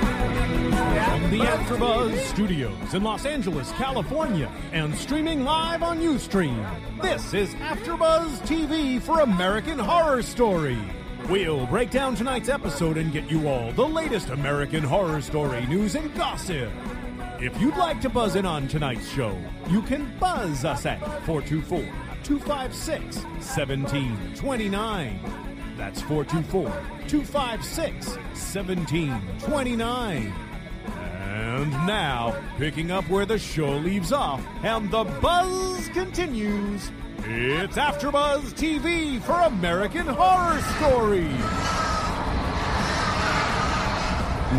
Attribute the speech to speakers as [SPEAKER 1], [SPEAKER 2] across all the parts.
[SPEAKER 1] From the AfterBuzz Studios in Los Angeles, California, and streaming live on UStream. This is AfterBuzz TV for American Horror Story. We'll break down tonight's episode and get you all the latest American Horror Story news and gossip. If you'd like to buzz in on tonight's show, you can buzz us at 424 256 1729. That's 424 256 1729. And now, picking up where the show leaves off and the buzz continues, it's AfterBuzz TV for American Horror Story.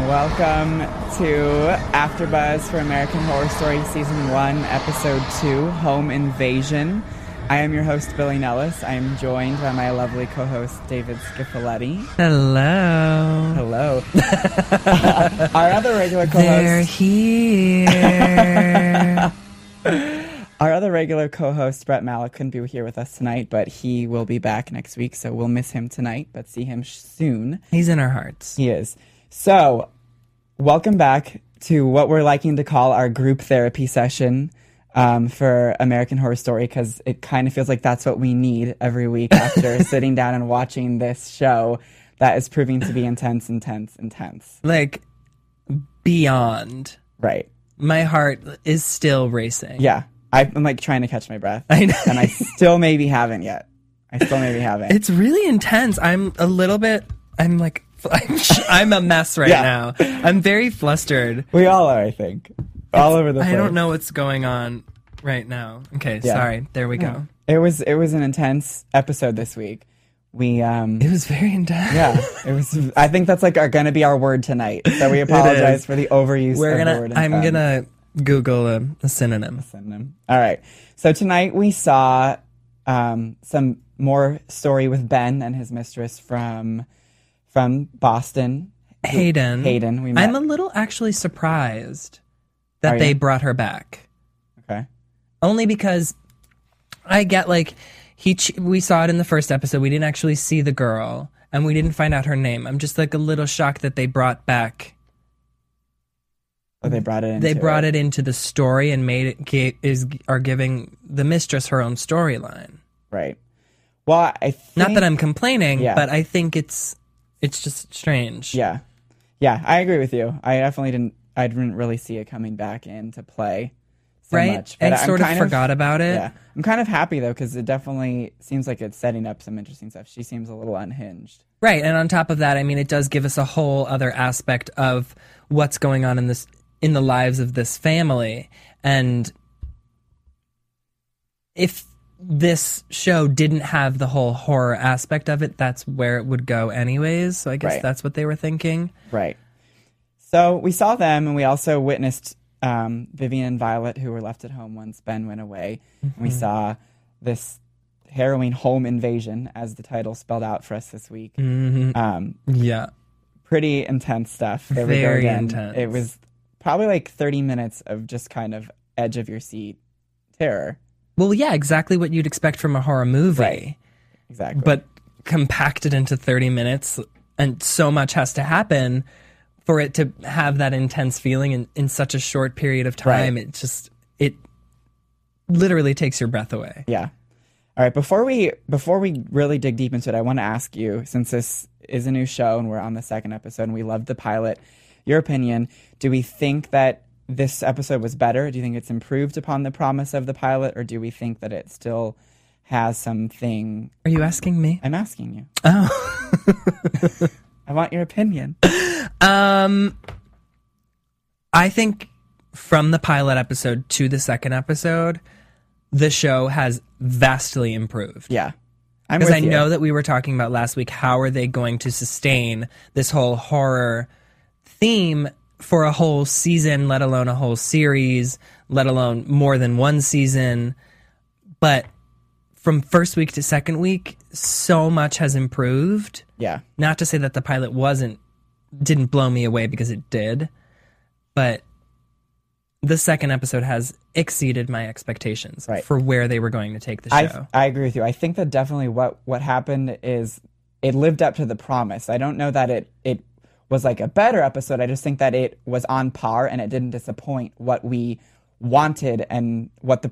[SPEAKER 2] Welcome to AfterBuzz for American Horror Story Season 1, Episode 2, Home Invasion. I am your host, Billy Nellis. I am joined by my lovely co-host, David Scifoletti.
[SPEAKER 3] Hello.
[SPEAKER 2] Hello. our other regular
[SPEAKER 3] They're
[SPEAKER 2] co-host,
[SPEAKER 3] here.
[SPEAKER 2] our other regular co-host, Brett Malik, couldn't be here with us tonight, but he will be back next week, so we'll miss him tonight, but see him sh- soon.
[SPEAKER 3] He's in our hearts.
[SPEAKER 2] He is. So, welcome back to what we're liking to call our group therapy session um, for American Horror Story because it kind of feels like that's what we need every week after sitting down and watching this show that is proving to be intense, intense, intense.
[SPEAKER 3] Like beyond.
[SPEAKER 2] Right.
[SPEAKER 3] My heart is still racing.
[SPEAKER 2] Yeah. I- I'm like trying to catch my breath.
[SPEAKER 3] I know.
[SPEAKER 2] And I still maybe haven't yet. I still maybe haven't.
[SPEAKER 3] It's really intense. I'm a little bit I'm like I'm, I'm a mess right
[SPEAKER 2] Yeah.
[SPEAKER 3] now. I'm very flustered.
[SPEAKER 2] we all are, I think. All over the place.
[SPEAKER 3] I don't know what's going on right now. Okay,
[SPEAKER 2] Yeah.
[SPEAKER 3] sorry. There we go.
[SPEAKER 2] It was it was an intense episode this week. We um
[SPEAKER 3] It was very intense.
[SPEAKER 2] Yeah, it was. I think that's like our gonna be our word tonight. So we
[SPEAKER 3] is.
[SPEAKER 2] apologize for the overuse.
[SPEAKER 3] We're
[SPEAKER 2] of the
[SPEAKER 3] going
[SPEAKER 2] word
[SPEAKER 3] to I'm
[SPEAKER 2] um,
[SPEAKER 3] going to Google a, a synonym.
[SPEAKER 2] synonym. All right. So tonight we saw um, some more story with Ben and his mistress from from Boston.
[SPEAKER 3] Hayden.
[SPEAKER 2] Hayden, we met.
[SPEAKER 3] I'm a little actually surprised that
[SPEAKER 2] Are
[SPEAKER 3] they
[SPEAKER 2] you?
[SPEAKER 3] brought her back.
[SPEAKER 2] Okay.
[SPEAKER 3] Only because I get like he ch- we saw it in the first episode. We didn't actually see the girl and we didn't find out her name. I'm just like a little shocked that they brought back
[SPEAKER 2] Oh, they brought it. Into
[SPEAKER 3] Mm-hmm. they brought
[SPEAKER 2] it.
[SPEAKER 3] it into the story and made it ga- is are giving the mistress her own storyline.
[SPEAKER 2] right. Well, I think,
[SPEAKER 3] Not that I'm complaining,
[SPEAKER 2] Yeah.
[SPEAKER 3] but I think it's it's just strange.
[SPEAKER 2] Yeah, yeah, I agree with you. I definitely didn't. I didn't really see it coming back into play. So
[SPEAKER 3] Right?
[SPEAKER 2] Much,
[SPEAKER 3] I
[SPEAKER 2] but
[SPEAKER 3] sort
[SPEAKER 2] I'm
[SPEAKER 3] of
[SPEAKER 2] kind
[SPEAKER 3] forgot about it.
[SPEAKER 2] Yeah, I'm kind of happy though because it definitely seems like it's setting up some interesting stuff. She seems a little unhinged.
[SPEAKER 3] Right, and on top of that, I mean, it does give us a whole other aspect of what's going on in this in the lives of this family, and if this show didn't have the whole horror aspect of it, that's where it would go anyways. So I guess
[SPEAKER 2] Right.
[SPEAKER 3] that's what they were thinking.
[SPEAKER 2] Right. So we saw them, and we also witnessed um, Vivian and Violet, who were left at home once Ben went away. And
[SPEAKER 3] Mm-hmm.
[SPEAKER 2] we saw this harrowing home invasion, as the title spelled out for us this week.
[SPEAKER 3] Mm-hmm.
[SPEAKER 2] Um,
[SPEAKER 3] Yeah,
[SPEAKER 2] pretty intense stuff. There we go
[SPEAKER 3] Very
[SPEAKER 2] again.
[SPEAKER 3] intense.
[SPEAKER 2] It was probably like 30 minutes of just kind of edge of your seat terror.
[SPEAKER 3] well, yeah, exactly what you'd expect from a horror movie,
[SPEAKER 2] Right. Exactly.
[SPEAKER 3] but compacted into thirty minutes, and so much has to happen for it to have that intense feeling in, in such a short period of time. It just it literally takes your breath away.
[SPEAKER 2] Yeah. All right. Before we before we really dig deep into it, I want to ask you, since this is a new show and we're on the second episode and we loved the pilot, your opinion. Do we think that this episode was better? Do you think it's improved upon the promise of the pilot, or do we think that it still has something.
[SPEAKER 3] Are you asking me?
[SPEAKER 2] I'm asking you. Oh. I want your opinion.
[SPEAKER 3] I think from the pilot episode to the second episode, the show has vastly improved.
[SPEAKER 2] Yeah. I'm
[SPEAKER 3] Because
[SPEAKER 2] with
[SPEAKER 3] I
[SPEAKER 2] you.
[SPEAKER 3] know that we were talking about last week how are they going to sustain this whole horror theme for a whole season, let alone a whole series, let alone more than one season. But from first week to second week, so much has improved.
[SPEAKER 2] Yeah.
[SPEAKER 3] Not to say that the pilot wasn't didn't blow me away because it did, but the second episode has exceeded my expectations
[SPEAKER 2] Right.
[SPEAKER 3] for where they were going to take the show.
[SPEAKER 2] I, I agree with you. I think that definitely what, what happened is it lived up to the promise. I don't know that it, it was like a better episode. I just think that it was on par and it didn't disappoint what we wanted and what the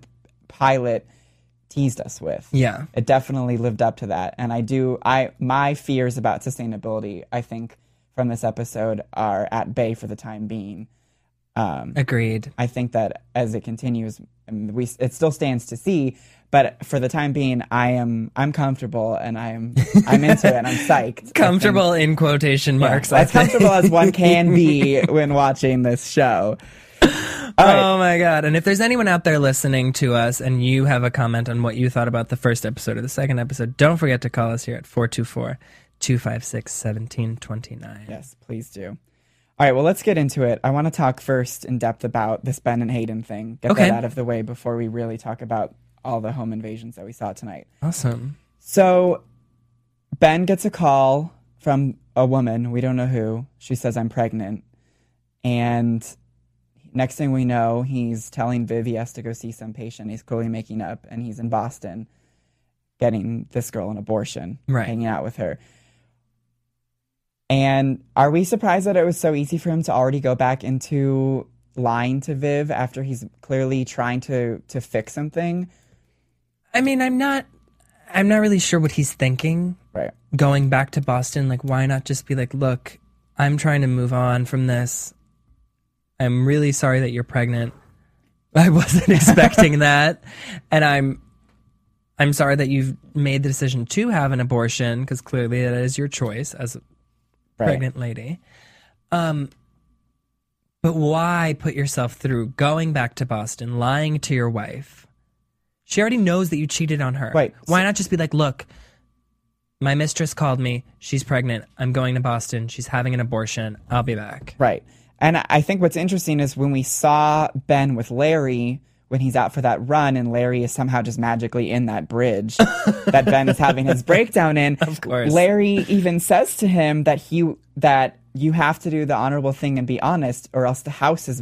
[SPEAKER 2] pilot teased us with.
[SPEAKER 3] Yeah.
[SPEAKER 2] It definitely lived up to that. And I do I my fears about sustainability, I think, from this episode are at bay for the time being.
[SPEAKER 3] Agreed.
[SPEAKER 2] I think that as it continues, um, we it still stands to see. But for the time being, I am I'm comfortable and I'm I'm into it. and I'm psyched.
[SPEAKER 3] Comfortable in quotation marks. I
[SPEAKER 2] as
[SPEAKER 3] think.
[SPEAKER 2] comfortable as one can be when watching this show. All right.
[SPEAKER 3] Oh my god! And if there's anyone out there listening to us and you have a comment on what you thought about the first episode or the second episode, don't forget to call us here at 424-256-1729.
[SPEAKER 2] Yes, please do. All right, well, let's get into it. I want to talk first in depth about this Ben and Hayden thing. Get
[SPEAKER 3] Okay.
[SPEAKER 2] that out of the way before we really talk about all the home invasions that we saw tonight.
[SPEAKER 3] Awesome.
[SPEAKER 2] So, Ben gets a call from a woman, we don't know who. She says, I'm pregnant. And next thing we know, he's telling Viv he has to go see some patient. He's clearly making up, and he's in Boston getting this girl an abortion,
[SPEAKER 3] Right.
[SPEAKER 2] hanging out with her. And are we surprised that it was so easy for him to already go back into lying to Viv after he's clearly trying to to fix something?
[SPEAKER 3] I mean, I'm not I'm not really sure what he's thinking
[SPEAKER 2] Right.
[SPEAKER 3] going back to Boston. Like why not just be like, "Look, I'm trying to move on from this. I'm really sorry that you're pregnant. I wasn't expecting that. And I'm I'm sorry that you've made the decision to have an abortion because clearly that is your choice as a
[SPEAKER 2] Right.
[SPEAKER 3] pregnant lady. Um, but why put yourself through going back to Boston, lying to your wife? She already knows that you cheated on her.
[SPEAKER 2] Right.
[SPEAKER 3] Why not just be like, look, my mistress called me. She's pregnant. I'm going to Boston. She's having an abortion. I'll be back.
[SPEAKER 2] Right. And I- I think what's interesting is when we saw Ben with Larry when he's out for that run and Larry is somehow just magically in that bridge that Ben is having his breakdown in. Of
[SPEAKER 3] course.
[SPEAKER 2] Larry even says to him that he that you have to do the honorable thing and be honest or else the house is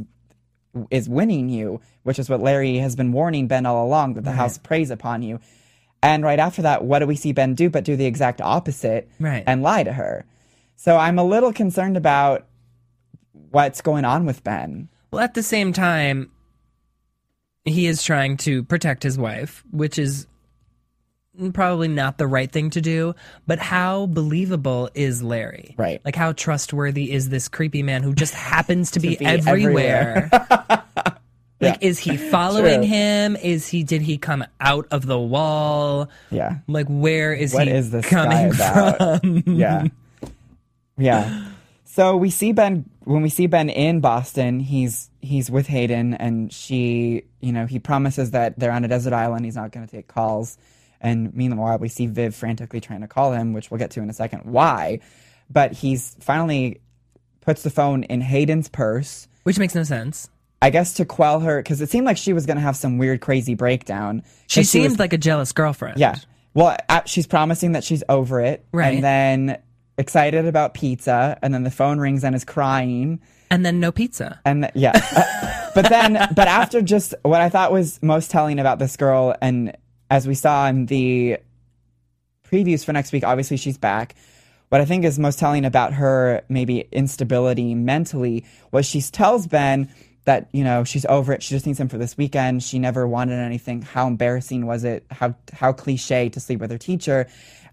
[SPEAKER 2] is winning you, which is what Larry has been warning Ben all along that the house preys upon you. And right after that, what do we see Ben do but do the exact opposite
[SPEAKER 3] Right.
[SPEAKER 2] and lie to her? So I'm a little concerned about what's going on with Ben.
[SPEAKER 3] Well, at the same time, he is trying to protect his wife, which is probably not the right thing to do. But how believable is Larry?
[SPEAKER 2] Right.
[SPEAKER 3] Like, how trustworthy is this creepy man who just happens to, be,
[SPEAKER 2] be
[SPEAKER 3] everywhere?
[SPEAKER 2] everywhere.
[SPEAKER 3] like, is he following
[SPEAKER 2] True.
[SPEAKER 3] him? Is he? Did he come out of the wall?
[SPEAKER 2] Yeah.
[SPEAKER 3] Like, where is
[SPEAKER 2] What
[SPEAKER 3] he
[SPEAKER 2] is this
[SPEAKER 3] coming
[SPEAKER 2] guy about?
[SPEAKER 3] from?
[SPEAKER 2] yeah. Yeah. So we see Ben when we see Ben in Boston, he's he's with Hayden and she, you know, he promises that they're on a desert island, he's not going to take calls. And meanwhile, we see Viv frantically trying to call him, which we'll get to in a second why. But he's finally puts the phone in Hayden's purse.
[SPEAKER 3] Which makes no sense.
[SPEAKER 2] I guess to quell her cuz it seemed like she was going to have some weird crazy breakdown. 'Cause
[SPEAKER 3] She
[SPEAKER 2] was-
[SPEAKER 3] seems like a jealous girlfriend.
[SPEAKER 2] yeah. Well, uh, she's promising that she's over it.
[SPEAKER 3] Right.
[SPEAKER 2] And then excited about pizza. And then the phone rings and is crying.
[SPEAKER 3] And then no pizza.
[SPEAKER 2] And th- yeah. Uh, but then, but after just what I thought was most telling about this girl, and as we saw in the previews for next week, obviously she's back. What I think is most telling about her maybe instability mentally was she tells Ben that you know she's over it. She just needs him for this weekend. She never wanted anything. How embarrassing was it? How how cliche to sleep with her teacher.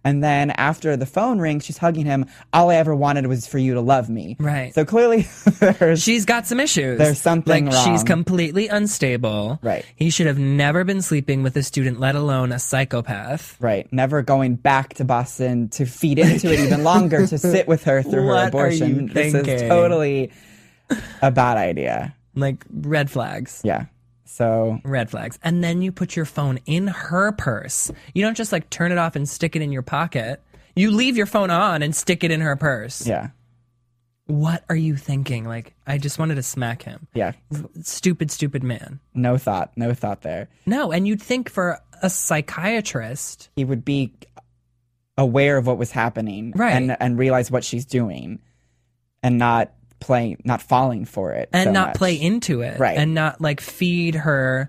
[SPEAKER 2] And then after the phone rings, she's hugging him. All I ever wanted was for you to love me.
[SPEAKER 3] Right.
[SPEAKER 2] So clearly, there's
[SPEAKER 3] She's got some issues.
[SPEAKER 2] There's something
[SPEAKER 3] like
[SPEAKER 2] wrong.
[SPEAKER 3] she's completely unstable.
[SPEAKER 2] Right.
[SPEAKER 3] He should have never been sleeping with a student, let alone a psychopath.
[SPEAKER 2] right never going back to Boston to feed into it even longer to sit with her through her
[SPEAKER 3] What are you
[SPEAKER 2] abortion. This is
[SPEAKER 3] thinking?
[SPEAKER 2] totally a bad idea.
[SPEAKER 3] Like red flags.
[SPEAKER 2] Yeah. So
[SPEAKER 3] Red flags. And then you put your phone in her purse. You don't just like turn it off and stick it in your pocket. You leave your phone on and stick it in her purse.
[SPEAKER 2] yeah,
[SPEAKER 3] What are you thinking? Like, I just wanted to smack him.
[SPEAKER 2] yeah.
[SPEAKER 3] Stupid, stupid man.
[SPEAKER 2] No thought. No thought there.
[SPEAKER 3] No, and you'd think for a psychiatrist,
[SPEAKER 2] He would be aware of what was happening
[SPEAKER 3] Right.
[SPEAKER 2] and and realize what she's doing and not playing not falling for it
[SPEAKER 3] and
[SPEAKER 2] so
[SPEAKER 3] not
[SPEAKER 2] much.
[SPEAKER 3] play into it
[SPEAKER 2] Right.
[SPEAKER 3] and not like feed her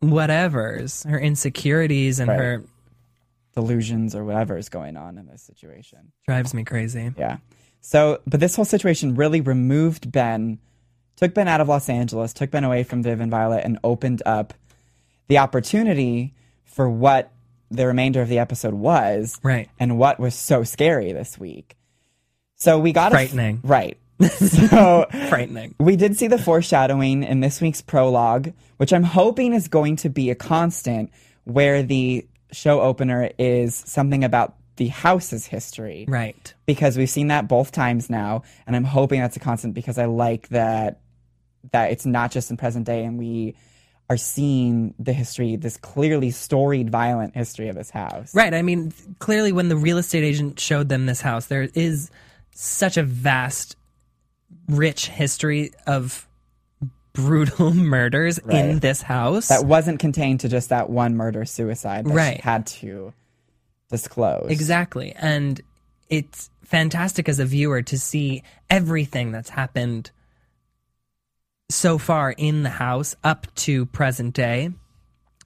[SPEAKER 3] whatever's her insecurities and
[SPEAKER 2] Right.
[SPEAKER 3] her
[SPEAKER 2] delusions or whatever is going on in this situation.
[SPEAKER 3] drives me crazy
[SPEAKER 2] Yeah. So, but this whole situation really removed Ben, took Ben out of Los Angeles, took Ben away from Viv and Violet, and opened up the opportunity for what the remainder of the episode was.
[SPEAKER 3] Right.
[SPEAKER 2] And what was so scary this week. So we got a f-
[SPEAKER 3] Frightening.
[SPEAKER 2] right. So
[SPEAKER 3] frightening
[SPEAKER 2] we did see the foreshadowing in this week's prologue, which I'm hoping is going to be a constant where the show opener is something about the house's history
[SPEAKER 3] right
[SPEAKER 2] because we've seen that both times now and i'm hoping that's a constant because i like that that it's not just in present day and we are seeing the history this clearly storied violent history of this house
[SPEAKER 3] right i mean th- clearly when the real estate agent showed them this house there is such a vast rich history of brutal murders in
[SPEAKER 2] Right.
[SPEAKER 3] this house
[SPEAKER 2] that wasn't contained to just that one murder suicide that she
[SPEAKER 3] Right.
[SPEAKER 2] had to disclose
[SPEAKER 3] Exactly. And it's fantastic as a viewer to see everything that's happened so far in the house up to present day.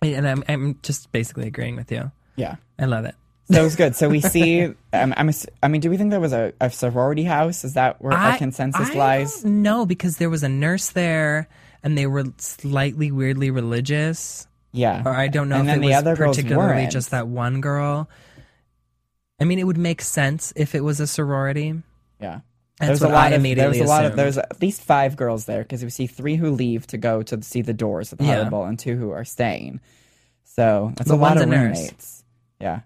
[SPEAKER 3] And I'm, I'm just basically agreeing with you.
[SPEAKER 2] yeah
[SPEAKER 3] I love it.
[SPEAKER 2] so it was good so we see um, I'm ass- i mean do we think there was a, a sorority house is that where our consensus lies
[SPEAKER 3] No, because there was a nurse there and they were slightly weirdly religious.
[SPEAKER 2] yeah
[SPEAKER 3] Or I don't know
[SPEAKER 2] and
[SPEAKER 3] if
[SPEAKER 2] then
[SPEAKER 3] it
[SPEAKER 2] the
[SPEAKER 3] was
[SPEAKER 2] other girls
[SPEAKER 3] particularly
[SPEAKER 2] weren't.
[SPEAKER 3] just that one girl. I mean, it would make sense if it was a sorority.
[SPEAKER 2] Yeah.
[SPEAKER 3] That's
[SPEAKER 2] there's a
[SPEAKER 3] what
[SPEAKER 2] lot
[SPEAKER 3] I
[SPEAKER 2] of
[SPEAKER 3] immediately
[SPEAKER 2] there's a lot of
[SPEAKER 3] assumed.
[SPEAKER 2] there's at least five girls there because we see three who leave to go to see the doors at the
[SPEAKER 3] Yeah.
[SPEAKER 2] Hollywood Bowl and two who are staying. So that's
[SPEAKER 3] But
[SPEAKER 2] a lot
[SPEAKER 3] one's
[SPEAKER 2] of
[SPEAKER 3] a nurse.
[SPEAKER 2] roommates. Yeah.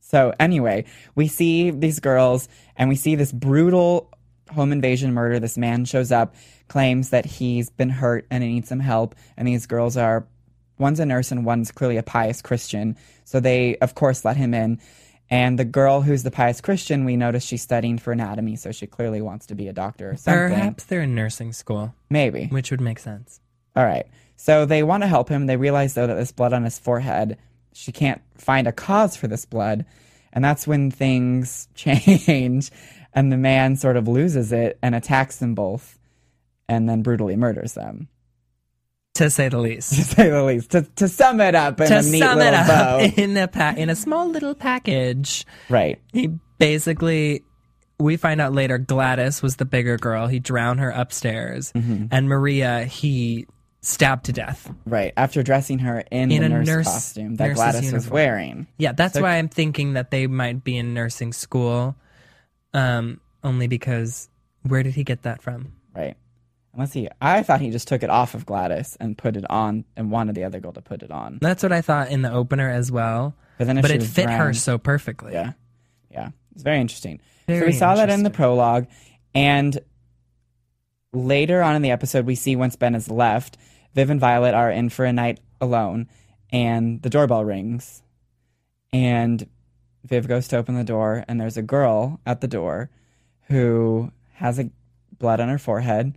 [SPEAKER 2] So anyway, we see these girls and we see this brutal home invasion murder. This man shows up, claims that he's been hurt and he needs some help, and these girls are one's a nurse and one's clearly a pious Christian. So they of course let him in. And the girl who's the pious Christian, we notice she's studying for anatomy, so she clearly wants to be a doctor or something.
[SPEAKER 3] Perhaps they're in nursing school,
[SPEAKER 2] Maybe.
[SPEAKER 3] which would make sense.
[SPEAKER 2] All right. So they want to help him. They realize, though, that this blood on his forehead, she can't find a cause for this blood. And that's when things change. And the man sort of loses it and attacks them both and then brutally murders them,
[SPEAKER 3] to say the
[SPEAKER 2] to
[SPEAKER 3] least.
[SPEAKER 2] say the least. To, to sum it up in
[SPEAKER 3] to
[SPEAKER 2] a neat
[SPEAKER 3] sum
[SPEAKER 2] little
[SPEAKER 3] it up,
[SPEAKER 2] bow.
[SPEAKER 3] in a pa- in a small little package,
[SPEAKER 2] right.
[SPEAKER 3] he basically we find out later Gladys was the bigger girl. He drowned her upstairs,
[SPEAKER 2] Mm-hmm.
[SPEAKER 3] and Maria he stabbed to death.
[SPEAKER 2] Right. After dressing her in,
[SPEAKER 3] In
[SPEAKER 2] the
[SPEAKER 3] a
[SPEAKER 2] nurse,
[SPEAKER 3] nurse-
[SPEAKER 2] costume that
[SPEAKER 3] nurse's
[SPEAKER 2] Gladys was
[SPEAKER 3] uniform.
[SPEAKER 2] wearing.
[SPEAKER 3] Yeah, that's why I'm thinking that they might be in nursing school, um, only because where did he get that from?
[SPEAKER 2] Right. Unless he, I thought he just took it off of Gladys and put it on and wanted the other girl to put it on.
[SPEAKER 3] That's what I thought in the opener as well.
[SPEAKER 2] But then if she
[SPEAKER 3] it
[SPEAKER 2] was
[SPEAKER 3] fit her
[SPEAKER 2] drowned-
[SPEAKER 3] so perfectly.
[SPEAKER 2] Yeah. Yeah. It's very interesting. so
[SPEAKER 3] Very
[SPEAKER 2] we saw that in the
[SPEAKER 3] interesting.
[SPEAKER 2] prologue. And later on in the episode, we see once Ben is left, Viv and Violet are in for a night alone. And the doorbell rings. And Viv goes to open the door. And there's a girl at the door who has a blood on her forehead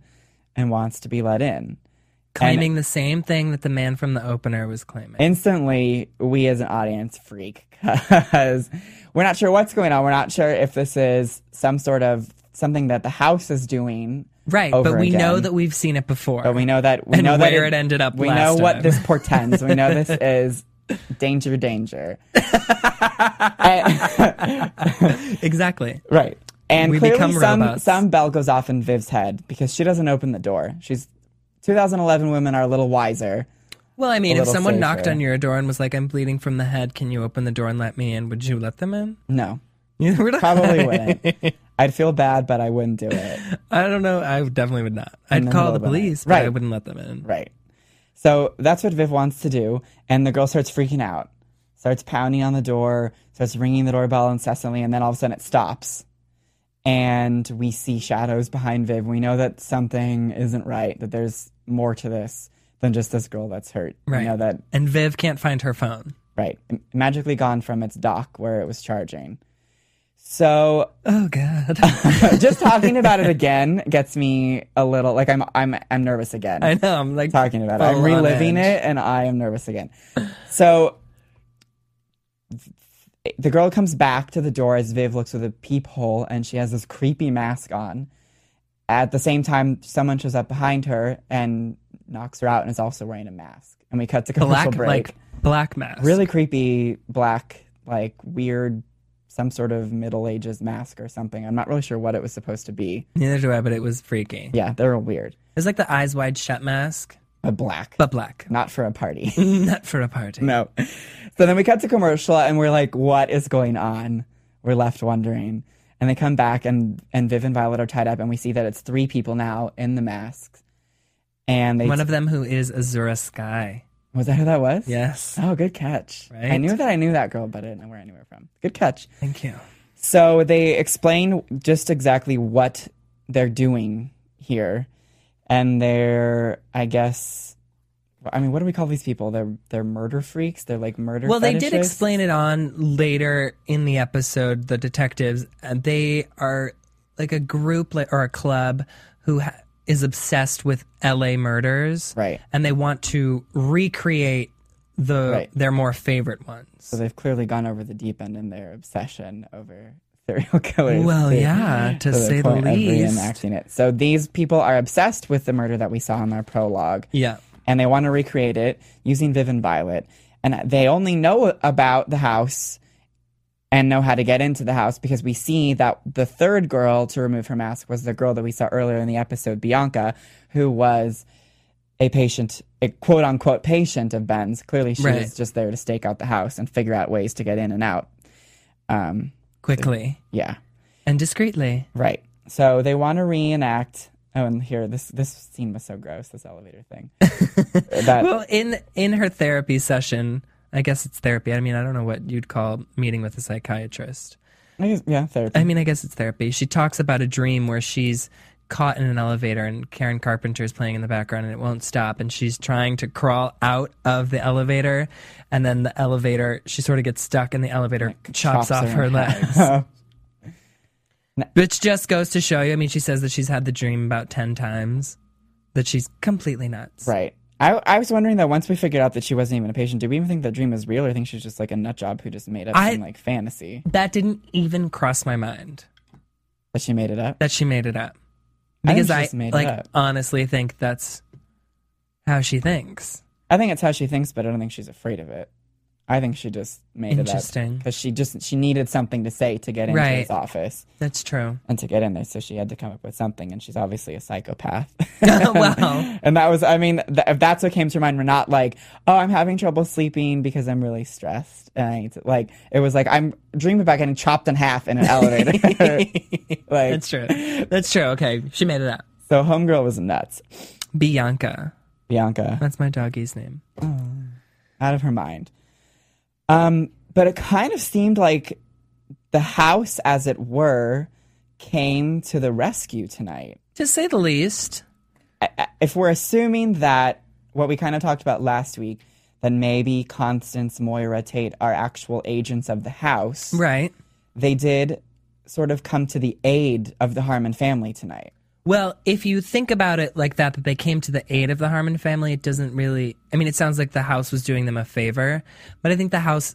[SPEAKER 2] and wants to be let in.
[SPEAKER 3] Claiming the same thing that the man from the opener was claiming.
[SPEAKER 2] instantly we as an audience freak because we're not sure what's going on we're not sure if this is some sort of something that the house is doing
[SPEAKER 3] Right,
[SPEAKER 2] over
[SPEAKER 3] but we
[SPEAKER 2] again.
[SPEAKER 3] know that we've seen it before.
[SPEAKER 2] but we know that we
[SPEAKER 3] And
[SPEAKER 2] know that
[SPEAKER 3] where it ended up
[SPEAKER 2] we
[SPEAKER 3] last
[SPEAKER 2] know what
[SPEAKER 3] time.
[SPEAKER 2] this portends we know this is danger danger And-
[SPEAKER 3] exactly.
[SPEAKER 2] right and
[SPEAKER 3] We
[SPEAKER 2] clearly
[SPEAKER 3] become
[SPEAKER 2] some
[SPEAKER 3] robots.
[SPEAKER 2] some bell goes off in viv's head because she doesn't open the door she's 2011 women are a little wiser.
[SPEAKER 3] Well, I mean,
[SPEAKER 2] a
[SPEAKER 3] if
[SPEAKER 2] little
[SPEAKER 3] someone
[SPEAKER 2] safer.
[SPEAKER 3] knocked on your door and was like, "I'm bleeding from the head. Can you open the door and let me in?" Would you let them in?
[SPEAKER 2] No,
[SPEAKER 3] You would not.
[SPEAKER 2] probably wouldn't. I'd feel bad, but I wouldn't do it.
[SPEAKER 3] I don't know. I definitely would not. I'd
[SPEAKER 2] the middle
[SPEAKER 3] call
[SPEAKER 2] of
[SPEAKER 3] the
[SPEAKER 2] the night.
[SPEAKER 3] police, but I
[SPEAKER 2] Right.
[SPEAKER 3] wouldn't let them in.
[SPEAKER 2] Right. So that's what Viv wants to do, and the girl starts freaking out, starts pounding on the door, starts ringing the doorbell incessantly, and then all of a sudden it stops. And we see shadows behind Viv. We know that something isn't right, that there's more to this than just this girl that's hurt.
[SPEAKER 3] Right.
[SPEAKER 2] We know that,
[SPEAKER 3] And Viv can't find her phone.
[SPEAKER 2] right. m- Magically gone from its dock where it was charging. So
[SPEAKER 3] Oh God.
[SPEAKER 2] just talking about it again gets me a little like I'm I'm I'm nervous again
[SPEAKER 3] I know. I'm like
[SPEAKER 2] talking about it. I'm
[SPEAKER 3] full on
[SPEAKER 2] reliving
[SPEAKER 3] edge.
[SPEAKER 2] it and I am nervous again. So the girl comes back to the door as Viv looks with a peephole and she has this creepy mask on. At the same time, someone shows up behind her and knocks her out and is also wearing a mask. And we cut to commercial
[SPEAKER 3] Black,
[SPEAKER 2] break.
[SPEAKER 3] like black mask.
[SPEAKER 2] really creepy black, like weird, some sort of Middle Ages mask or something. I'm not really sure what it was supposed to be.
[SPEAKER 3] Neither do I, but it was freaky.
[SPEAKER 2] Yeah, they're weird,
[SPEAKER 3] It's like the eyes wide shut mask,
[SPEAKER 2] but black,
[SPEAKER 3] but black.
[SPEAKER 2] not for a party.
[SPEAKER 3] Not for a party.
[SPEAKER 2] no. So then we cut to commercial and we're like, what is going on? We're left wondering. And they come back and, and Viv and Violet are tied up and we see that it's three people now in the masks. And they
[SPEAKER 3] One of them who is Azura Sky.
[SPEAKER 2] was that who that was?
[SPEAKER 3] Yes.
[SPEAKER 2] Oh, good catch. I
[SPEAKER 3] Right?
[SPEAKER 2] knew that I knew that girl, but I didn't know where I knew her from. Good catch.
[SPEAKER 3] Thank you.
[SPEAKER 2] So they explain just exactly what they're doing here, and they're, I guess, I mean, what do we call these people? They're they're murder freaks. They're like murder.
[SPEAKER 3] Well, they did
[SPEAKER 2] fetishists?
[SPEAKER 3] explain it on later in the episode. The detectives, and they are like a group like, or a club who ha- is obsessed with L.A. murders,
[SPEAKER 2] Right.
[SPEAKER 3] And they want to recreate the
[SPEAKER 2] Right.
[SPEAKER 3] their more favorite ones.
[SPEAKER 2] So they've clearly gone over the deep end in their obsession over serial killers.
[SPEAKER 3] Well, yeah, to
[SPEAKER 2] the
[SPEAKER 3] say the
[SPEAKER 2] point of
[SPEAKER 3] least.
[SPEAKER 2] reenacting it. So these people are obsessed with the murder that we saw in our prologue.
[SPEAKER 3] Yeah.
[SPEAKER 2] and they want to recreate it using Viv and Violet. And they only know about the house and know how to get into the house because we see that the third girl to remove her mask was the girl that we saw earlier in the episode, Bianca, who was a patient, a quote unquote patient of Ben's. Clearly, she
[SPEAKER 3] Right.
[SPEAKER 2] was just there to stake out the house and figure out ways to get in and out. Um,
[SPEAKER 3] Quickly
[SPEAKER 2] yeah.
[SPEAKER 3] and discreetly.
[SPEAKER 2] Right. So they want to reenact. Oh, and here this this scene was so gross. This elevator thing. that
[SPEAKER 3] Well, in in her therapy session, I guess it's therapy. I mean, I don't know what you'd call meeting with a psychiatrist.
[SPEAKER 2] I guess- yeah, therapy.
[SPEAKER 3] I mean, I guess it's therapy. She talks about a dream where she's caught in an elevator and Karen Carpenter is playing in the background and it won't stop and she's trying to crawl out of the elevator and then the elevator she sort of gets stuck and the elevator chops,
[SPEAKER 2] chops
[SPEAKER 3] off
[SPEAKER 2] her Oh,
[SPEAKER 3] her,
[SPEAKER 2] in
[SPEAKER 3] legs. Which just goes to show you. I mean, she says that she's had the dream about 10 times that she's completely nuts.
[SPEAKER 2] Right. I, I was wondering that once we figured out that she wasn't even a patient, did we even think that dream was real or think she's just like a nut job who just made up
[SPEAKER 3] I-
[SPEAKER 2] some like fantasy
[SPEAKER 3] That didn't even cross my mind
[SPEAKER 2] that she made it up?
[SPEAKER 3] that she made it up.
[SPEAKER 2] I think
[SPEAKER 3] Because
[SPEAKER 2] she
[SPEAKER 3] I,
[SPEAKER 2] just made it
[SPEAKER 3] like
[SPEAKER 2] up.
[SPEAKER 3] honestly think that's how she thinks.
[SPEAKER 2] I think it's how she thinks, but I don't think she's afraid of it. I think she just made it
[SPEAKER 3] Interesting.
[SPEAKER 2] up because she just she needed something to say to get into
[SPEAKER 3] Right.
[SPEAKER 2] his office
[SPEAKER 3] That's true.
[SPEAKER 2] and to get in there, so she had to come up with something. And she's obviously a psychopath.
[SPEAKER 3] wow.
[SPEAKER 2] and that was, I mean, th- if that's what came to mind, we're not like, oh, I'm having trouble sleeping because I'm really stressed. And I need to, like, it was like, I'm dreaming about getting chopped in half in an elevator. like,
[SPEAKER 3] That's true. That's true. Okay. She made it up.
[SPEAKER 2] so Homegirl was nuts.
[SPEAKER 3] Bianca.
[SPEAKER 2] Bianca,
[SPEAKER 3] That's my doggie's name.
[SPEAKER 2] out of her mind. Um, but it kind of seemed like the house, as it were, came to the rescue tonight.
[SPEAKER 3] To say the least.
[SPEAKER 2] if we're assuming that what we kind of talked about last week, then maybe Constance, Moira, Tate are actual agents of the house.
[SPEAKER 3] Right.
[SPEAKER 2] They did sort of come to the aid of the Harmon family tonight.
[SPEAKER 3] Well, if you think about it like that, that they came to the aid of the Harmon family, it doesn't really. I mean, it sounds like the house was doing them a favor, but I think the house,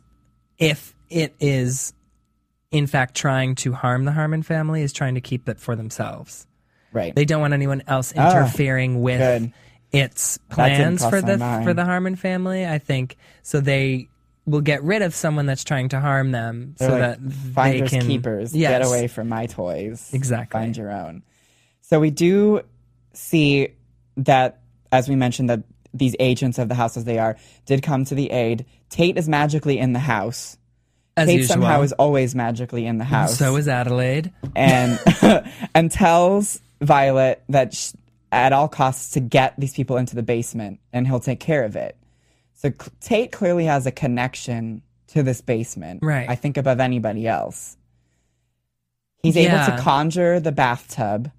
[SPEAKER 3] if it is in fact trying to harm the Harmon family, is trying to keep it for themselves.
[SPEAKER 2] Right.
[SPEAKER 3] They don't want anyone else interfering with
[SPEAKER 2] Ah, good.
[SPEAKER 3] its
[SPEAKER 2] didn't
[SPEAKER 3] plans
[SPEAKER 2] cross
[SPEAKER 3] for
[SPEAKER 2] my
[SPEAKER 3] the
[SPEAKER 2] mind.
[SPEAKER 3] for the Harmon family. I think so. They will get rid of someone that's trying to harm them,
[SPEAKER 2] They're
[SPEAKER 3] so
[SPEAKER 2] like,
[SPEAKER 3] that
[SPEAKER 2] finders
[SPEAKER 3] they can
[SPEAKER 2] keepers.
[SPEAKER 3] Yes.
[SPEAKER 2] Get away from my toys.
[SPEAKER 3] Exactly.
[SPEAKER 2] Find your own. So we do see that as we mentioned, that these agents of the house as they are did come to the aid. Tate is magically in the house.
[SPEAKER 3] As
[SPEAKER 2] Tate
[SPEAKER 3] usual.
[SPEAKER 2] somehow is always magically in the house.
[SPEAKER 3] So is Adelaide.
[SPEAKER 2] and and tells Violet that sh at all costs to get these people into the basement, and he'll take care of it. So C- Tate clearly has a connection to this basement,
[SPEAKER 3] Right.
[SPEAKER 2] I think above anybody else. He's able
[SPEAKER 3] Yeah.
[SPEAKER 2] to conjure the bathtub.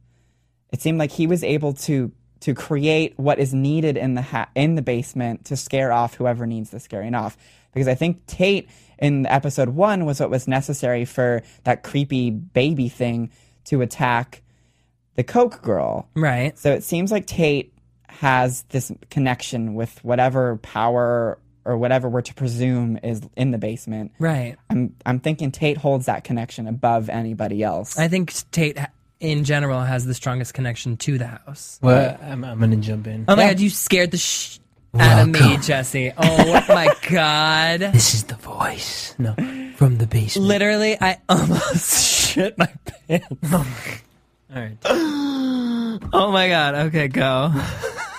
[SPEAKER 2] It seemed like he was able to to create what is needed in the ha- in the basement to scare off whoever needs the scaring off. Because I think Tate in episode one was what was necessary for that creepy baby thing to attack the Coke girl.
[SPEAKER 3] Right.
[SPEAKER 2] So it seems like Tate has this connection with whatever power or whatever we're to presume is in the basement.
[SPEAKER 3] Right.
[SPEAKER 2] I'm I'm thinking Tate holds that connection above anybody else.
[SPEAKER 3] I think Tate ha- in general has the strongest connection to the house.
[SPEAKER 4] Well, I'm, I'm gonna jump in.
[SPEAKER 3] Oh my god, you scared the sh out of me,
[SPEAKER 4] Welcome.
[SPEAKER 3] Jesse. Oh my god.
[SPEAKER 4] This is the voice. No, from the basement.
[SPEAKER 3] Literally, I almost shit my pants.
[SPEAKER 4] Oh All right.
[SPEAKER 3] Oh my god. Okay, go.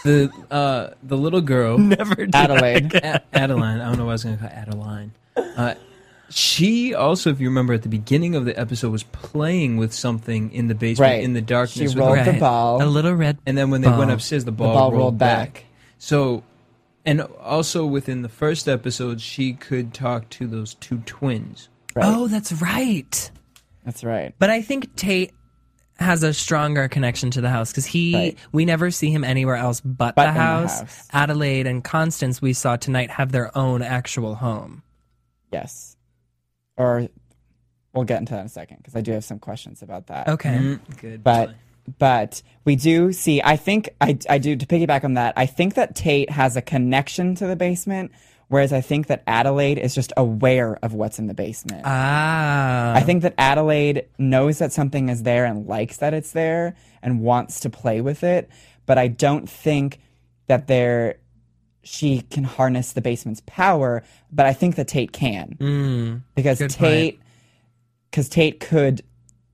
[SPEAKER 4] The uh, the little girl.
[SPEAKER 3] Never do
[SPEAKER 2] Adelaide.
[SPEAKER 4] A- Adeline. I don't know why I was going to call her Adeline. Uh, she also, if you remember, at the beginning of the episode was playing with something in the basement
[SPEAKER 2] Right.
[SPEAKER 4] in the darkness.
[SPEAKER 2] She
[SPEAKER 4] with
[SPEAKER 2] rolled
[SPEAKER 4] her-
[SPEAKER 2] the ball.
[SPEAKER 3] A little red.
[SPEAKER 4] and then when they went
[SPEAKER 3] ball.
[SPEAKER 4] upstairs, the
[SPEAKER 2] the
[SPEAKER 4] ball,
[SPEAKER 2] ball rolled back.
[SPEAKER 4] So, and also within the first episode, she could talk to those two twins.
[SPEAKER 2] Right.
[SPEAKER 3] Oh, that's right.
[SPEAKER 2] That's right.
[SPEAKER 3] But I think Tate has a stronger connection to the house because he
[SPEAKER 2] Right.
[SPEAKER 3] we never see him anywhere else but,
[SPEAKER 2] But
[SPEAKER 3] the,
[SPEAKER 2] in the
[SPEAKER 3] house.
[SPEAKER 2] house.
[SPEAKER 3] Adelaide and Constance we saw tonight have their own actual home.
[SPEAKER 2] Yes. Or we'll get into that in a second because I do have some questions about that.
[SPEAKER 3] Okay.
[SPEAKER 4] Good,
[SPEAKER 2] But but we do see. I think I I do to piggyback on that. I think that Tate has a connection to the basement, whereas I think that Adelaide is just aware of what's in the basement.
[SPEAKER 3] Ah.
[SPEAKER 2] I think that Adelaide knows that something is there and likes that it's there and wants to play with it, but I don't think that there she can harness the basement's power, but I think that Tate can. because
[SPEAKER 3] good
[SPEAKER 2] Tate cuz Tate could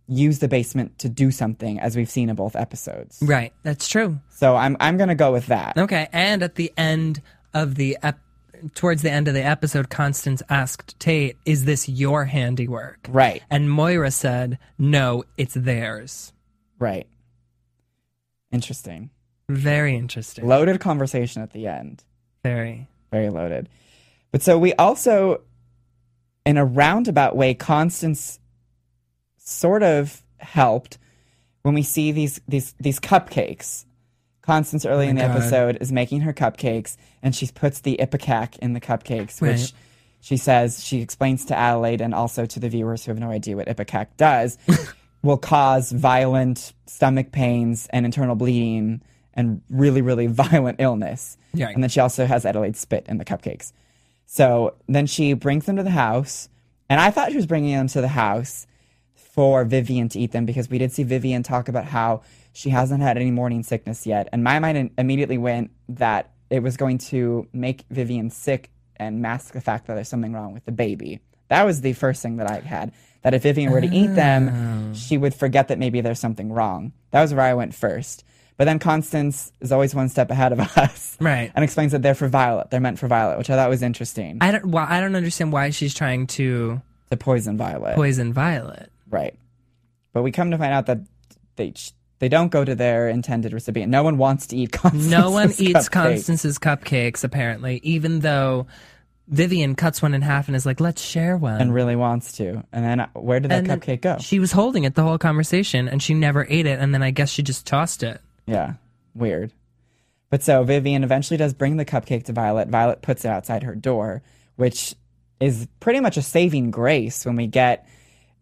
[SPEAKER 2] use the basement to do something as we've seen in both episodes.
[SPEAKER 3] Right. That's true.
[SPEAKER 2] So I'm I'm going to go with that.
[SPEAKER 3] Okay. And at the end of the ep- towards the end of the episode, Constance asked Tate, "Is this your handiwork?"
[SPEAKER 2] Right.
[SPEAKER 3] And Moira said, "No, it's theirs."
[SPEAKER 2] Right. Interesting.
[SPEAKER 3] Very interesting.
[SPEAKER 2] Loaded conversation at the end.
[SPEAKER 3] Very.
[SPEAKER 2] very loaded. But so we also, in a roundabout way, Constance sort of helped when we see these these these cupcakes. Constance early in the
[SPEAKER 3] God.
[SPEAKER 2] episode is making her cupcakes, and she puts the ipecac in the cupcakes,
[SPEAKER 3] Right.
[SPEAKER 2] which she says she explains to Adelaide and also to the viewers who have no idea what ipecac does. will cause violent stomach pains and internal bleeding and really really violent illness.
[SPEAKER 3] Yeah.
[SPEAKER 2] And then she also has Adelaide spit in the cupcakes. So then she brings them to the house, and I thought she was bringing them to the house for Vivian to eat them because we did see Vivian talk about how she hasn't had any morning sickness yet. And my mind in- immediately went that it was going to make Vivian sick and mask the fact that there's something wrong with the baby. That was the first thing that I had. That if Vivian were to eat
[SPEAKER 3] Oh.
[SPEAKER 2] them, she would forget that maybe there's something wrong. That was where I went first. But then Constance is always one step ahead of us.
[SPEAKER 3] Right.
[SPEAKER 2] And explains that they're for Violet. They're meant for Violet, which I thought was interesting.
[SPEAKER 3] I don't. Well, I don't understand why she's trying to
[SPEAKER 2] to poison Violet.
[SPEAKER 3] poison Violet.
[SPEAKER 2] Right. But we come to find out that they they don't go to their intended recipient. No one wants to eat Constance's
[SPEAKER 3] No one eats
[SPEAKER 2] cupcakes.
[SPEAKER 3] Constance's cupcakes, apparently, even though Vivian cuts one in half and is like, let's share one.
[SPEAKER 2] and really wants to. And then uh, where did that
[SPEAKER 3] And then
[SPEAKER 2] cupcake go?
[SPEAKER 3] She was holding it the whole conversation and she never ate it. And then I guess she just tossed it.
[SPEAKER 2] yeah, weird. But so Vivian eventually does bring the cupcake to Violet. Violet puts it outside her door, which is pretty much a saving grace when we get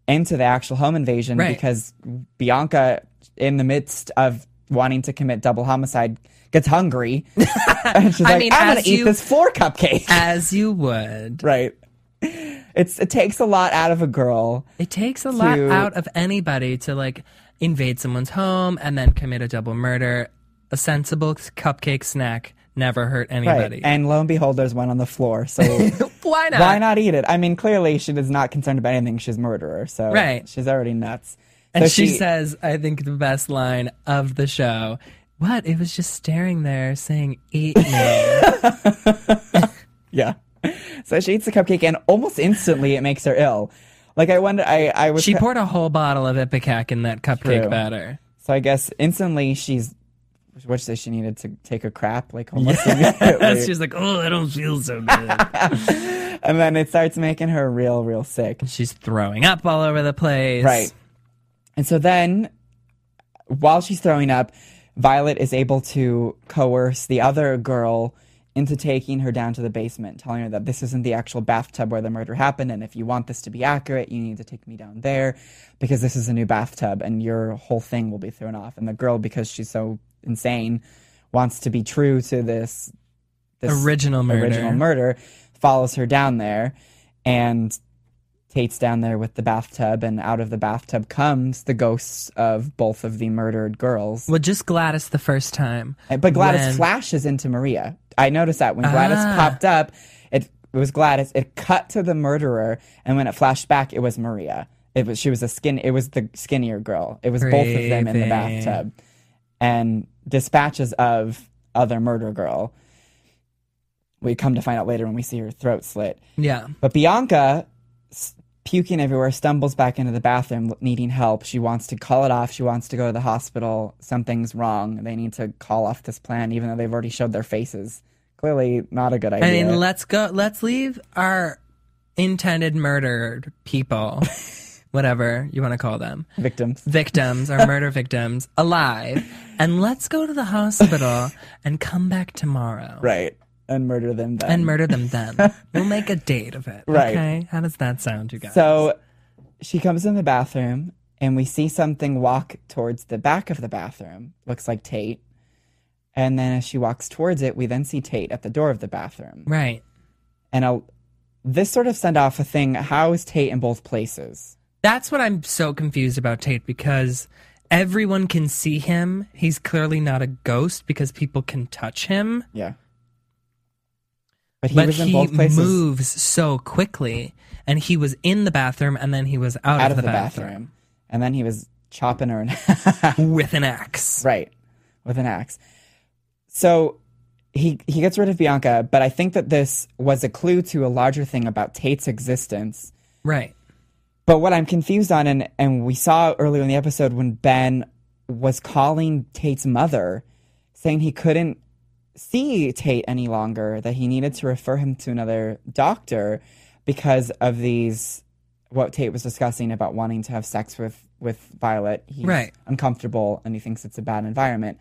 [SPEAKER 2] into the actual home invasion
[SPEAKER 3] Right.
[SPEAKER 2] because Bianca, in the midst of wanting to commit double homicide, gets hungry. and she's
[SPEAKER 3] I
[SPEAKER 2] like,
[SPEAKER 3] mean,
[SPEAKER 2] I'm going
[SPEAKER 3] as
[SPEAKER 2] to eat
[SPEAKER 3] you-
[SPEAKER 2] this floor cupcake.
[SPEAKER 3] As you would.
[SPEAKER 2] right. It's it takes a lot out of a girl.
[SPEAKER 3] It takes a lot
[SPEAKER 2] To-
[SPEAKER 3] out of anybody to like invade someone's home and then commit a double murder. A sensible cupcake snack never hurt anybody.
[SPEAKER 2] Right. And lo and behold, there's one on the floor. So
[SPEAKER 3] why not?
[SPEAKER 2] why not eat it? I mean, clearly she is not concerned about anything. She's a murderer, so
[SPEAKER 3] Right.
[SPEAKER 2] she's already nuts.
[SPEAKER 3] And
[SPEAKER 2] So
[SPEAKER 3] she, says, I think the best line of the show what? It was just staring there saying, eat me.
[SPEAKER 2] Yeah. So she eats the cupcake and almost instantly it makes her ill. Like I wonder I, I was
[SPEAKER 3] she poured a whole bottle of Ipecac in that cupcake
[SPEAKER 2] True.
[SPEAKER 3] batter.
[SPEAKER 2] so I guess instantly she's what she she needed to take a crap, like almost immediately.
[SPEAKER 3] She's like, oh, I don't feel so good.
[SPEAKER 2] and then it starts making her real, real sick.
[SPEAKER 3] She's throwing up all over the place.
[SPEAKER 2] Right. And so then, while she's throwing up, Violet is able to coerce the other girl into taking her down to the basement, telling her that this isn't the actual bathtub where the murder happened. And if you want this to be accurate, you need to take me down there because this is a new bathtub and your whole thing will be thrown off. And the girl, because she's so insane, wants to be true to this, this
[SPEAKER 3] Original murder.
[SPEAKER 2] original murder, follows her down there. And Tate's down there with the bathtub, and out of the bathtub comes the ghosts of both of the murdered girls.
[SPEAKER 3] Well, just Gladys the first time.
[SPEAKER 2] But Gladys
[SPEAKER 3] when- Ah.
[SPEAKER 2] flashes into Maria. I noticed that when Gladys popped up, it, it was Gladys. It cut to the murderer, and when it flashed back, it was Maria. It was she was a skin. It was the skinnier girl. It was both of them in the
[SPEAKER 3] Creepy.
[SPEAKER 2] bathtub, and dispatches of other murder girl. We come to find out later when we see her throat slit.
[SPEAKER 3] Yeah.
[SPEAKER 2] But Bianca, s- puking everywhere, stumbles back into the bathroom l- needing help. She wants to call it off. She wants to go to the hospital. Something's wrong. They need to call off this plan, even though they've already showed their faces. Clearly, not a good idea.
[SPEAKER 3] I mean, let's go. Let's leave our intended murdered people, whatever you want to call them,
[SPEAKER 2] Victims.
[SPEAKER 3] victims or murder victims, alive, and let's go to the hospital and come back tomorrow
[SPEAKER 2] Right. And murder them then.
[SPEAKER 3] and murder them then. we'll make a date of it.
[SPEAKER 2] Right.
[SPEAKER 3] Okay. How does that sound, you guys?
[SPEAKER 2] So she comes in the bathroom, and we see something walk towards the back of the bathroom. Looks like Tate. And then as she walks towards it, we then see Tate at the door of the bathroom.
[SPEAKER 3] right.
[SPEAKER 2] and a, this sort of send off a thing. How is Tate in both places?
[SPEAKER 3] That's what I'm so confused about Tate because everyone can see him. He's clearly not a ghost because people can touch him.
[SPEAKER 2] Yeah, but he
[SPEAKER 3] but
[SPEAKER 2] was in
[SPEAKER 3] he
[SPEAKER 2] both places.
[SPEAKER 3] moves so quickly, and he was in the bathroom, and then he was out,
[SPEAKER 2] out
[SPEAKER 3] of, the, bathroom,
[SPEAKER 2] and then he was chopping her in half.
[SPEAKER 3] with an axe.
[SPEAKER 2] right with an axe. So he he gets rid of Bianca, but I think that this was a clue to a larger thing about Tate's existence.
[SPEAKER 3] Right.
[SPEAKER 2] But what I'm confused on, and, and we saw earlier in the episode when Ben was calling Tate's mother, saying he couldn't see Tate any longer, that he needed to refer him to another doctor because of these, what Tate was discussing about wanting to have sex with, with Violet. He's
[SPEAKER 3] Right.
[SPEAKER 2] uncomfortable and he thinks it's a bad environment.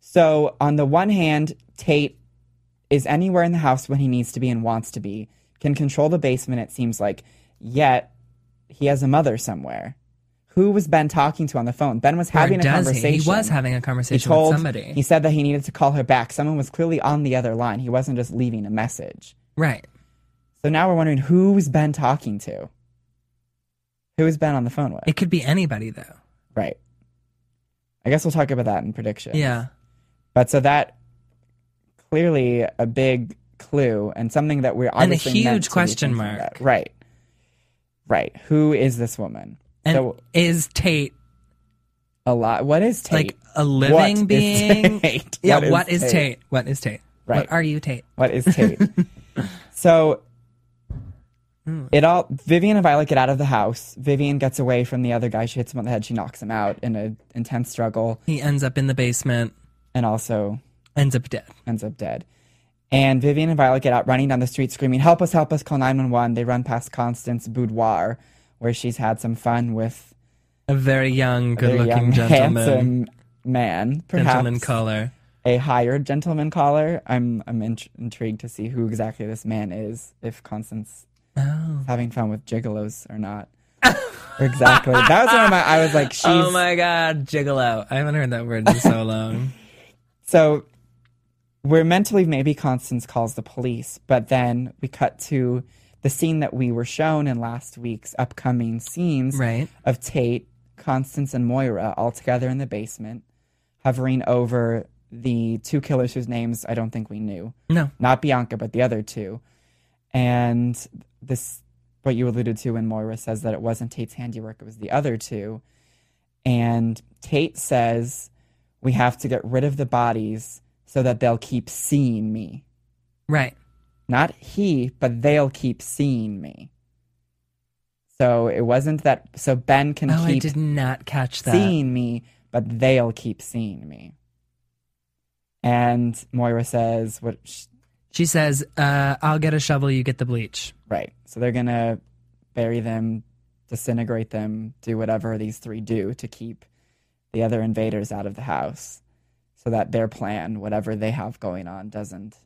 [SPEAKER 2] So, on the one hand, Tate is anywhere in the house when he needs to be and wants to be, can control the basement, it seems like, yet he has a mother somewhere. Who was Ben talking to on the phone? Ben was having
[SPEAKER 3] or
[SPEAKER 2] a
[SPEAKER 3] does
[SPEAKER 2] conversation.
[SPEAKER 3] he? He was having a
[SPEAKER 2] He
[SPEAKER 3] conversation
[SPEAKER 2] told
[SPEAKER 3] with somebody.
[SPEAKER 2] He said that he needed to call her back. Someone was clearly on the other line. He wasn't just leaving a message.
[SPEAKER 3] right.
[SPEAKER 2] So now we're wondering who was Ben talking to? Who was Ben on the phone with?
[SPEAKER 3] It could be anybody though.
[SPEAKER 2] right. I guess we'll talk about that in prediction.
[SPEAKER 3] Yeah.
[SPEAKER 2] But so that clearly a big clue and something that we're
[SPEAKER 3] And a
[SPEAKER 2] obviously meant
[SPEAKER 3] huge
[SPEAKER 2] to be
[SPEAKER 3] question
[SPEAKER 2] thinking
[SPEAKER 3] mark.
[SPEAKER 2] about. Right. Right. Who is this woman?
[SPEAKER 3] And
[SPEAKER 2] so
[SPEAKER 3] is Tate
[SPEAKER 2] a lot. What is Tate?
[SPEAKER 3] like a
[SPEAKER 2] What is
[SPEAKER 3] living being?
[SPEAKER 2] Tate?
[SPEAKER 3] Yeah. what is Tate? What is Tate?
[SPEAKER 2] Right.
[SPEAKER 3] What are you, Tate?
[SPEAKER 2] What is Tate? so
[SPEAKER 3] Hmm.
[SPEAKER 2] it all Vivian and Violet get out of the house. Vivian gets away from the other guy. She hits him on the head. She knocks him out in an intense struggle
[SPEAKER 3] He ends up in the basement.
[SPEAKER 2] and also
[SPEAKER 3] Ends up dead.
[SPEAKER 2] ends up dead. And Vivian and Violet get out running down the street screaming, Help us, help us, call 911. They run past Constance Boudoir, where she's had some fun with
[SPEAKER 3] A very young,
[SPEAKER 2] a very young,
[SPEAKER 3] good-looking gentleman,
[SPEAKER 2] handsome man, perhaps
[SPEAKER 3] gentleman color.
[SPEAKER 2] a hired gentleman caller. I'm, I'm int- intrigued to see who exactly this man is, if Constance
[SPEAKER 3] Oh.
[SPEAKER 2] is having fun with gigolos or not. exactly. That was one of my, I was like, she's,
[SPEAKER 3] Oh my god, gigolo! I haven't heard that word in so long.
[SPEAKER 2] So we're meant to believe maybe Constance calls the police, but then we cut to the scene that we were shown in last week's upcoming scenes
[SPEAKER 3] Right.
[SPEAKER 2] of Tate, Constance, and Moira all together in the basement, hovering over the two killers whose names I don't think we knew.
[SPEAKER 3] No.
[SPEAKER 2] Not Bianca, but the other two. And this, what you alluded to when Moira says that it wasn't Tate's handiwork, it was the other two. And Tate says, we have to get rid of the bodies so that they'll keep seeing me.
[SPEAKER 3] Right.
[SPEAKER 2] Not he, but they'll keep seeing me. So it wasn't that. So Ben can
[SPEAKER 3] Oh, I
[SPEAKER 2] keep
[SPEAKER 3] did not catch that.
[SPEAKER 2] seeing me, but they'll keep seeing me. And Moira says, "What? Sh-
[SPEAKER 3] She says, uh, I'll get a shovel, you get the bleach.
[SPEAKER 2] right. So they're gonna bury them, disintegrate them, do whatever these three do to keep the other invaders out of the house, so that their plan, whatever they have going on, doesn't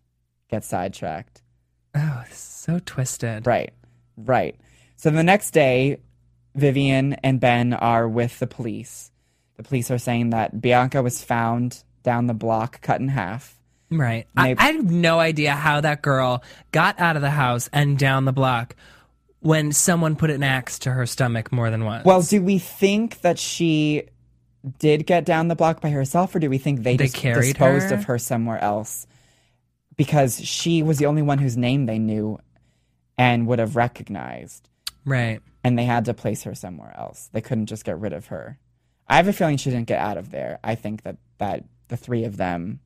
[SPEAKER 2] get sidetracked."
[SPEAKER 3] Oh, this is so twisted.
[SPEAKER 2] Right. Right. So the next day, Vivian and Ben are with the police. The police are saying that Bianca was found down the block, cut in half.
[SPEAKER 3] Right. I,
[SPEAKER 2] Maybe-
[SPEAKER 3] I have no idea how that girl got out of the house and down the block when someone put an axe to her stomach more than once.
[SPEAKER 2] Well, do we think that she did get down the block by herself, or do we think they,
[SPEAKER 3] They
[SPEAKER 2] just
[SPEAKER 3] carried
[SPEAKER 2] disposed
[SPEAKER 3] her?
[SPEAKER 2] of her somewhere else? Because she was the only one whose name they knew and would have recognized,
[SPEAKER 3] right.
[SPEAKER 2] and they had to place her somewhere else. They couldn't just get rid of her. I have a feeling she didn't get out of there. I think that, that the three of them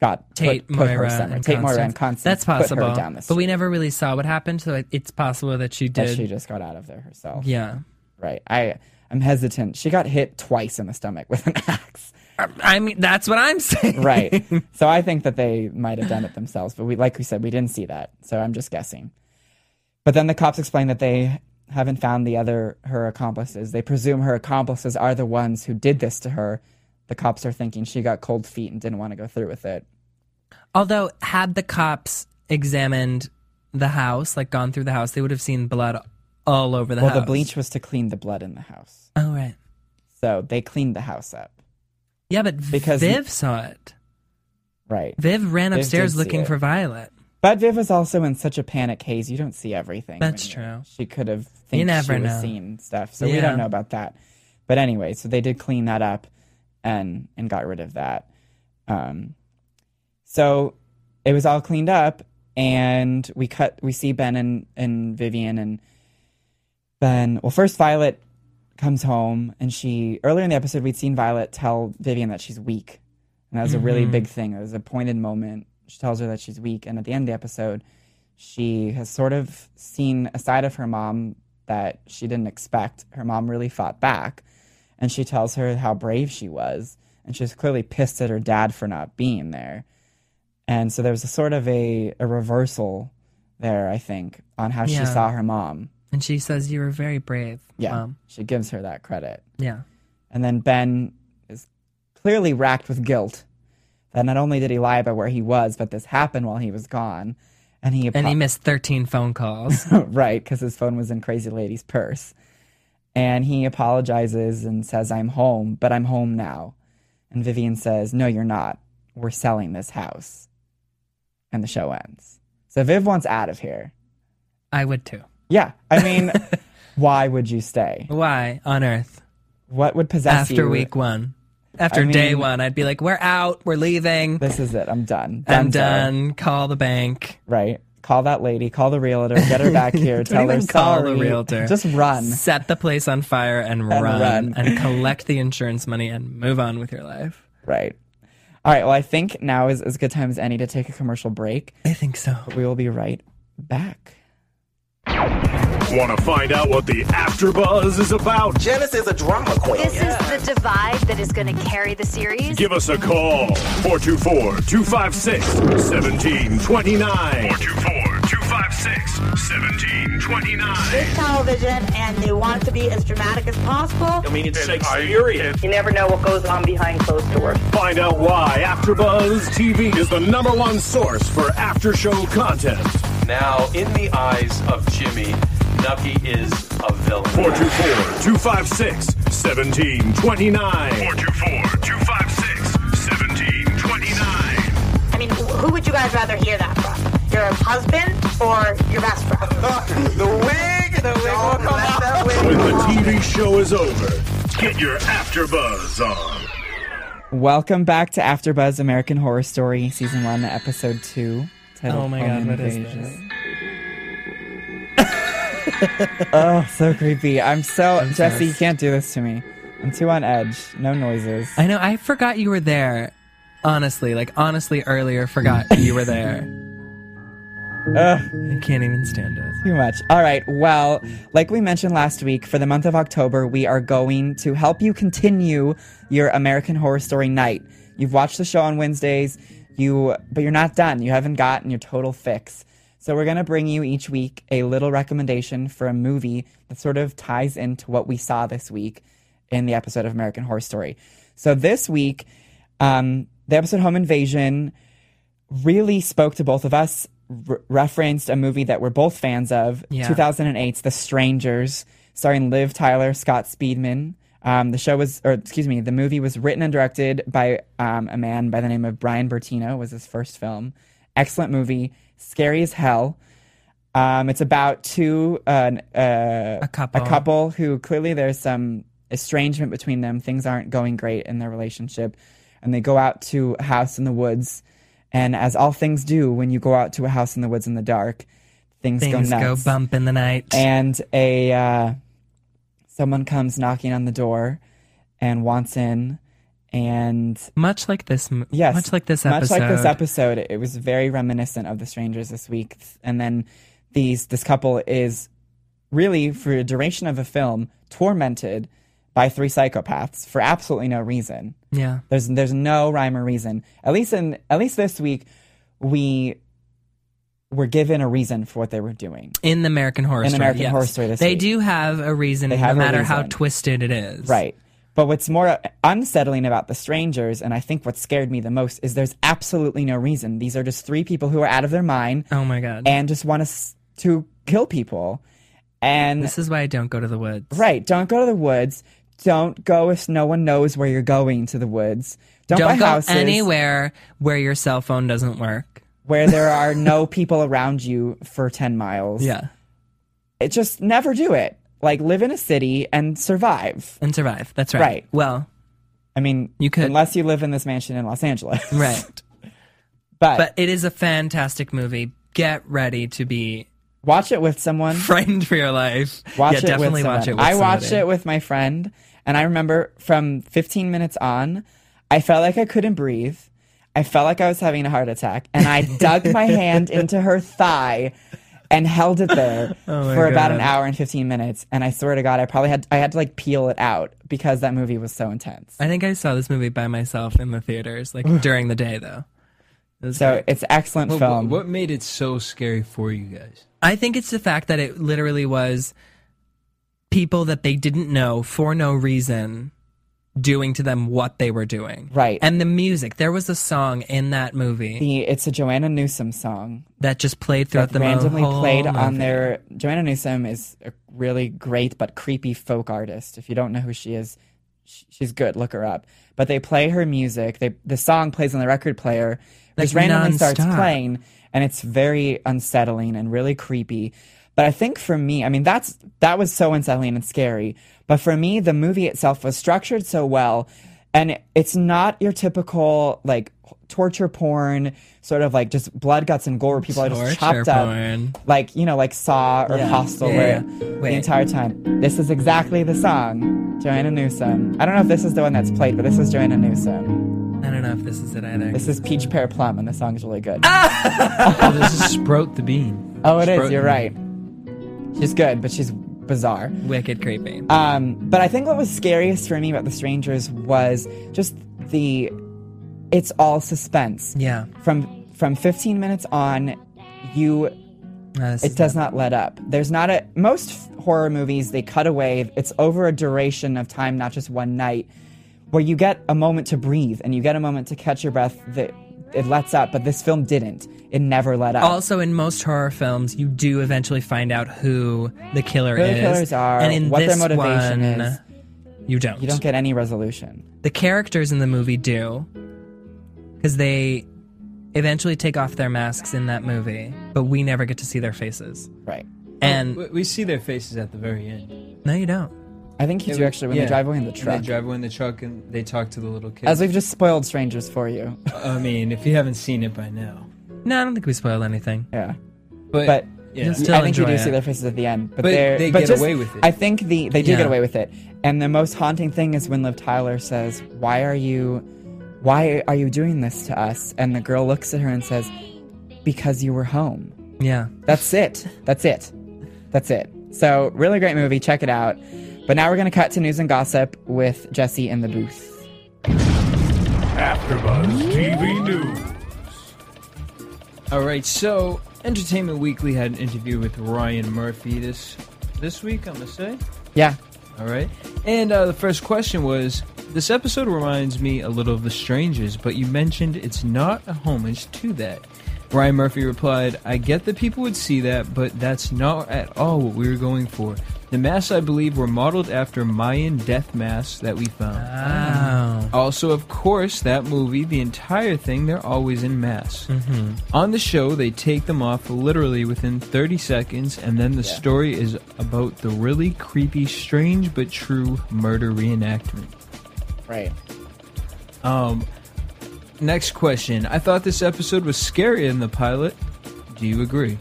[SPEAKER 2] got put-
[SPEAKER 3] Tate,
[SPEAKER 2] put, her
[SPEAKER 3] Moira,
[SPEAKER 2] somewhere.
[SPEAKER 3] and
[SPEAKER 2] Tate,
[SPEAKER 3] Constance.
[SPEAKER 2] Moira, and Constance.
[SPEAKER 3] That's possible.
[SPEAKER 2] Put her down the
[SPEAKER 3] But we
[SPEAKER 2] street.
[SPEAKER 3] never really saw what happened, so it- it's possible that she
[SPEAKER 2] That
[SPEAKER 3] did.
[SPEAKER 2] she just got out of there herself.
[SPEAKER 3] yeah.
[SPEAKER 2] Right. I I'm hesitant. She got hit twice in the stomach with an axe.
[SPEAKER 3] I mean, that's what I'm saying.
[SPEAKER 2] Right. so I think that they might have done it themselves, but we like we said we didn't see that. So I'm just guessing. But then the cops explain that they haven't found the other her accomplices. They presume her accomplices are the ones who did this to her. The cops are thinking she got cold feet and didn't want to go through with it.
[SPEAKER 3] Although, had the cops examined the house, like gone through the house, they would have seen blood all over the
[SPEAKER 2] well,
[SPEAKER 3] house.
[SPEAKER 2] the bleach was to clean the blood in the house.
[SPEAKER 3] Oh, right.
[SPEAKER 2] So they cleaned the house up.
[SPEAKER 3] Yeah, but
[SPEAKER 2] Because-
[SPEAKER 3] Viv saw it.
[SPEAKER 2] Right.
[SPEAKER 3] Viv ran
[SPEAKER 2] Viv
[SPEAKER 3] upstairs
[SPEAKER 2] did see
[SPEAKER 3] looking
[SPEAKER 2] it.
[SPEAKER 3] for Violet.
[SPEAKER 2] But Viv was also in such a panic haze. You don't see everything. when
[SPEAKER 3] That's
[SPEAKER 2] you-
[SPEAKER 3] true.
[SPEAKER 2] She could have think
[SPEAKER 3] You never
[SPEAKER 2] she was
[SPEAKER 3] know.
[SPEAKER 2] seen stuff. So we don't
[SPEAKER 3] Yeah.
[SPEAKER 2] know about that. But anyway, so they did clean that up and and got rid of that. Um, so it was all cleaned up and we cut we see Ben and, and Vivian and Ben well first Violet comes home and she earlier in the episode we'd seen Violet tell Vivian that she's weak. And that was a really big thing. It was a pointed moment. She tells her that she's weak and at the end of the episode she has sort of seen a side of her mom that she didn't expect. Her mom really fought back, and she tells her how brave she was, and she's clearly pissed at her dad for not being there. And so there was a sort of a, a reversal there, I think, on how she
[SPEAKER 3] Yeah.
[SPEAKER 2] saw her mom.
[SPEAKER 3] And she says, You were very brave.
[SPEAKER 2] Yeah,
[SPEAKER 3] Mom.
[SPEAKER 2] she gives her that credit.
[SPEAKER 3] Yeah.
[SPEAKER 2] And then Ben is clearly racked with guilt that not only did he lie about where he was, but this happened while he was gone. And he,
[SPEAKER 3] And he
[SPEAKER 2] apo-
[SPEAKER 3] missed 13 phone calls.
[SPEAKER 2] right, because his phone was in Crazy Lady's purse. And he apologizes and says, I'm home, but I'm home now. And Vivian says, No, you're not. We're selling this house. And the show ends. So Viv wants out of here.
[SPEAKER 3] I would too.
[SPEAKER 2] Yeah. I mean, why would you stay?
[SPEAKER 3] Why on earth?
[SPEAKER 2] What would possess
[SPEAKER 3] After
[SPEAKER 2] you?
[SPEAKER 3] week one. After
[SPEAKER 2] I
[SPEAKER 3] day
[SPEAKER 2] mean-
[SPEAKER 3] one, I'd be like, We're out. We're leaving.
[SPEAKER 2] This is it. I'm done.
[SPEAKER 3] I'm
[SPEAKER 2] Dunzo.
[SPEAKER 3] done. Call the bank.
[SPEAKER 2] Right. Call that lady. Call the realtor. Get her back here.
[SPEAKER 3] Don't
[SPEAKER 2] tell her
[SPEAKER 3] even call the
[SPEAKER 2] sorry.
[SPEAKER 3] realtor.
[SPEAKER 2] Just run.
[SPEAKER 3] Set the place on fire and, run,
[SPEAKER 2] run.
[SPEAKER 3] and collect the insurance money and move on with your life.
[SPEAKER 2] Right. All right. Well, I think now is as good time as any to take a commercial break.
[SPEAKER 3] I think so.
[SPEAKER 2] We will be right back.
[SPEAKER 5] Want to find out what the AfterBuzz is about?
[SPEAKER 6] Janice is a drama queen.
[SPEAKER 7] This is the divide that is going to carry the series.
[SPEAKER 5] Give us a call. 424-256-1729. 424-256-1729.
[SPEAKER 8] television and they want it to be as dramatic as possible.
[SPEAKER 6] I mean, it's
[SPEAKER 5] Shakespearean.
[SPEAKER 8] You never know what goes on behind closed doors.
[SPEAKER 5] Find out why AfterBuzz TV is the number one source for after-show content.
[SPEAKER 9] Now, in the eyes of Jimmy, Nucky is a villain.
[SPEAKER 5] 424-256-1729. 424-256-1729.
[SPEAKER 8] I mean, wh- who would you guys rather hear that from? Your husband or your best friend?
[SPEAKER 6] the wig. The wig will come out. That wig
[SPEAKER 5] When the TV show is over, get your AfterBuzz on.
[SPEAKER 2] Welcome back to AfterBuzz American Horror Story, Season One, Episode Two. titled
[SPEAKER 3] Oh my
[SPEAKER 2] Home
[SPEAKER 3] God, what is
[SPEAKER 2] Invasion. oh, so creepy. I'm so Jesse. You can't do this to me. I'm too on edge. No noises.
[SPEAKER 3] I know. I forgot you were there. Honestly, like honestly, earlier forgot you were there.
[SPEAKER 2] Ugh,
[SPEAKER 3] I can't even stand it.
[SPEAKER 2] too much. All right. Well, like we mentioned last week, for the month of October, we are going to help you continue your American Horror Story night. You've watched the show on Wednesdays, you but you're not done. You haven't gotten your total fix. So we're going to bring you each week a little recommendation for a movie that sort of ties into what we saw this week in the episode of American Horror Story. So this week, um, the episode Home Invasion really spoke to both of us, re- referenced a movie that we're both fans of,
[SPEAKER 3] Yeah.
[SPEAKER 2] 2008's The Strangers, starring Liv Tyler, Scott Speedman. Um, the show was, or excuse me, the movie was written and directed by um, a man by the name of Brian Bertino, was his first film. Excellent movie, scary as hell. Um, it's about two uh, uh,
[SPEAKER 3] A couple.
[SPEAKER 2] a couple who clearly there's some estrangement between them. Things aren't going great in their relationship, and they go out to a house in the woods. And as all things do, when you go out to a house in the woods in the dark, things,
[SPEAKER 3] Things
[SPEAKER 2] go
[SPEAKER 3] go,
[SPEAKER 2] nuts.
[SPEAKER 3] bump in the night.
[SPEAKER 2] And a uh, someone comes knocking on the door and wants in, and
[SPEAKER 3] much like this. m-
[SPEAKER 2] Yes.
[SPEAKER 3] Much like this
[SPEAKER 2] Much
[SPEAKER 3] episode.
[SPEAKER 2] like this episode. It was very reminiscent of The Strangers this week. And then these this couple is really, for the duration of a film, tormented by three psychopaths for absolutely no reason.
[SPEAKER 3] Yeah.
[SPEAKER 2] There's there's no rhyme or reason. At least in at least this week we were given a reason for what they were doing.
[SPEAKER 3] In the American Horror
[SPEAKER 2] In
[SPEAKER 3] Story.
[SPEAKER 2] American
[SPEAKER 3] yes.
[SPEAKER 2] Horror Story this
[SPEAKER 3] They
[SPEAKER 2] week.
[SPEAKER 3] do have a reason,
[SPEAKER 2] They have a
[SPEAKER 3] no matter how
[SPEAKER 2] reason.
[SPEAKER 3] twisted it is.
[SPEAKER 2] Right. But what's more unsettling about the strangers, and I think what scared me the most, is there's absolutely no reason. These are just three people who are out of their mind
[SPEAKER 3] Oh my god.
[SPEAKER 2] and just want us to kill people. And
[SPEAKER 3] this is why I don't go to the woods.
[SPEAKER 2] right, don't go to the woods. Don't go if no one knows where you're going to the woods. Don't, buy
[SPEAKER 3] Don't go
[SPEAKER 2] houses
[SPEAKER 3] anywhere where your cell phone doesn't work.
[SPEAKER 2] where there are no people around you for 10 miles.
[SPEAKER 3] Yeah.
[SPEAKER 2] It just never do it. Like live in a city and survive.
[SPEAKER 3] And survive. That's right.
[SPEAKER 2] Right.
[SPEAKER 3] Well,
[SPEAKER 2] I mean,
[SPEAKER 3] You could-
[SPEAKER 2] unless you live in this mansion in Los Angeles.
[SPEAKER 3] right.
[SPEAKER 2] But,
[SPEAKER 3] but it is a fantastic movie. Get ready to be
[SPEAKER 2] watch it with someone.
[SPEAKER 3] frightened for your life.
[SPEAKER 2] Watch
[SPEAKER 3] yeah,
[SPEAKER 2] it
[SPEAKER 3] definitely
[SPEAKER 2] with
[SPEAKER 3] watch it.
[SPEAKER 2] someone.
[SPEAKER 3] With
[SPEAKER 2] I watched
[SPEAKER 3] somebody.
[SPEAKER 2] it with my friend, and I remember from 15 minutes on, I felt like I couldn't breathe. I felt like I was having a heart attack, and I dug my hand into her thigh and held it there
[SPEAKER 3] Oh my
[SPEAKER 2] for about an
[SPEAKER 3] God.
[SPEAKER 2] hour and 15 minutes. And I swear to God, I probably had I had to like peel it out because that movie was so intense.
[SPEAKER 3] I think I saw this movie by myself in the theaters, like during the day though. It was
[SPEAKER 2] So
[SPEAKER 3] great.
[SPEAKER 2] it's excellent
[SPEAKER 4] What,
[SPEAKER 2] film.
[SPEAKER 4] what made it so scary for you guys?
[SPEAKER 3] I think it's the fact that it literally was people that they didn't know for no reason doing to them what they were doing.
[SPEAKER 2] Right.
[SPEAKER 3] And the music. There was a song in that movie
[SPEAKER 2] The, it's a Joanna Newsom song
[SPEAKER 3] that just played
[SPEAKER 2] that
[SPEAKER 3] throughout the mo-
[SPEAKER 2] randomly
[SPEAKER 3] whole
[SPEAKER 2] played on
[SPEAKER 3] movie.
[SPEAKER 2] their. Joanna Newsom is a really great but creepy folk artist. If you don't know who she is, sh- she's good. Look her up. But they play her music. They the song plays on the record player.
[SPEAKER 3] Like
[SPEAKER 2] just randomly starts
[SPEAKER 3] nonstop.
[SPEAKER 2] playing, and it's very unsettling and really creepy. But I think for me, I mean, that's that was so unsettling and scary. But for me, the movie itself was structured so well, and it- it's not your typical like torture porn sort of like just blood, guts, and gore. where People are just
[SPEAKER 3] Torture
[SPEAKER 2] chopped up
[SPEAKER 3] porn.
[SPEAKER 2] like you know, like Saw or Hostel,
[SPEAKER 3] Yeah,
[SPEAKER 2] where
[SPEAKER 3] yeah.
[SPEAKER 2] the
[SPEAKER 3] Wait.
[SPEAKER 2] entire time. This is exactly the song, Joanna Newsom. I don't know if this is the one that's played, but this is Joanna Newsom.
[SPEAKER 3] I don't know if this is it either.
[SPEAKER 2] This is Peach Pear Plum, and the song is really good.
[SPEAKER 4] Oh, this is Sprout the Bean.
[SPEAKER 2] oh, it is.
[SPEAKER 4] Sprout
[SPEAKER 2] You're
[SPEAKER 4] the
[SPEAKER 2] right.
[SPEAKER 4] Bean.
[SPEAKER 2] She's good, but she's bizarre.
[SPEAKER 3] wicked creepy.
[SPEAKER 2] Um, but I think what was scariest for me about The Strangers was just the. It's all suspense.
[SPEAKER 3] yeah.
[SPEAKER 2] From from 15 minutes on, you
[SPEAKER 3] Uh, this
[SPEAKER 2] it
[SPEAKER 3] is
[SPEAKER 2] does not let up. There's not a most f- horror movies they cut away. It's over a duration of time, not just one night, where you get a moment to breathe and you get a moment to catch your breath. That it lets up, but this film didn't. It never let up.
[SPEAKER 3] Also, in most horror films, you do eventually find out who the killer
[SPEAKER 2] Who the
[SPEAKER 3] is,
[SPEAKER 2] killers are,
[SPEAKER 3] and in
[SPEAKER 2] what their
[SPEAKER 3] this
[SPEAKER 2] motivation
[SPEAKER 3] one,
[SPEAKER 2] is.
[SPEAKER 3] you don't.
[SPEAKER 2] you don't get any resolution.
[SPEAKER 3] the characters in the movie do, because they eventually take off their masks in that movie, but we never get to see their faces.
[SPEAKER 2] Right.
[SPEAKER 3] And
[SPEAKER 4] We- we see their faces at the very end.
[SPEAKER 3] no, you don't.
[SPEAKER 2] I think you do actually when
[SPEAKER 4] Yeah.
[SPEAKER 2] they drive away in the
[SPEAKER 4] And
[SPEAKER 2] truck.
[SPEAKER 4] They drive away in the truck and they talk to the little kid.
[SPEAKER 2] As we've just spoiled strangers for you.
[SPEAKER 4] I mean, if you haven't seen it by now,
[SPEAKER 3] No, I don't think we spoiled anything.
[SPEAKER 2] yeah.
[SPEAKER 4] but,
[SPEAKER 2] But
[SPEAKER 4] Yeah.
[SPEAKER 3] You'll still
[SPEAKER 2] I think you
[SPEAKER 3] enjoy
[SPEAKER 2] do
[SPEAKER 3] it.
[SPEAKER 2] see their faces at the end, but,
[SPEAKER 4] But
[SPEAKER 2] they're,
[SPEAKER 4] they
[SPEAKER 2] but
[SPEAKER 4] get
[SPEAKER 2] just-
[SPEAKER 4] away with it.
[SPEAKER 2] I think the they do
[SPEAKER 3] Yeah.
[SPEAKER 2] get away with it, and the most haunting thing is when Liv Tyler says, "Why are you, why are you doing this to us?" And the girl looks at her and says, "Because you were home."
[SPEAKER 3] Yeah.
[SPEAKER 2] That's it. That's it. That's it. So really great movie. Check it out. But now we're gonna cut to news and gossip with Jesse in the booth.
[SPEAKER 5] AfterBuzz TV News.
[SPEAKER 4] All right, so Entertainment Weekly had an interview with Ryan Murphy this this week. I'm gonna say.
[SPEAKER 2] Yeah.
[SPEAKER 4] All right. And uh, the first question was This episode reminds me a little of The Strangers, but you mentioned it's not a homage to that. Ryan Murphy replied, I get that people would see that, but that's not at all what we were going for. The masks, I believe, were modeled after Mayan death masks that we found.
[SPEAKER 3] Wow.
[SPEAKER 4] Also, of course, that movie, the entire thing, they're always in masks. On the show, they take them off literally within 30 seconds, and then the story is about the really creepy, strange but true murder reenactment.
[SPEAKER 2] Right.
[SPEAKER 4] Um, next question. I thought this episode was scarier than the pilot. Do you agree?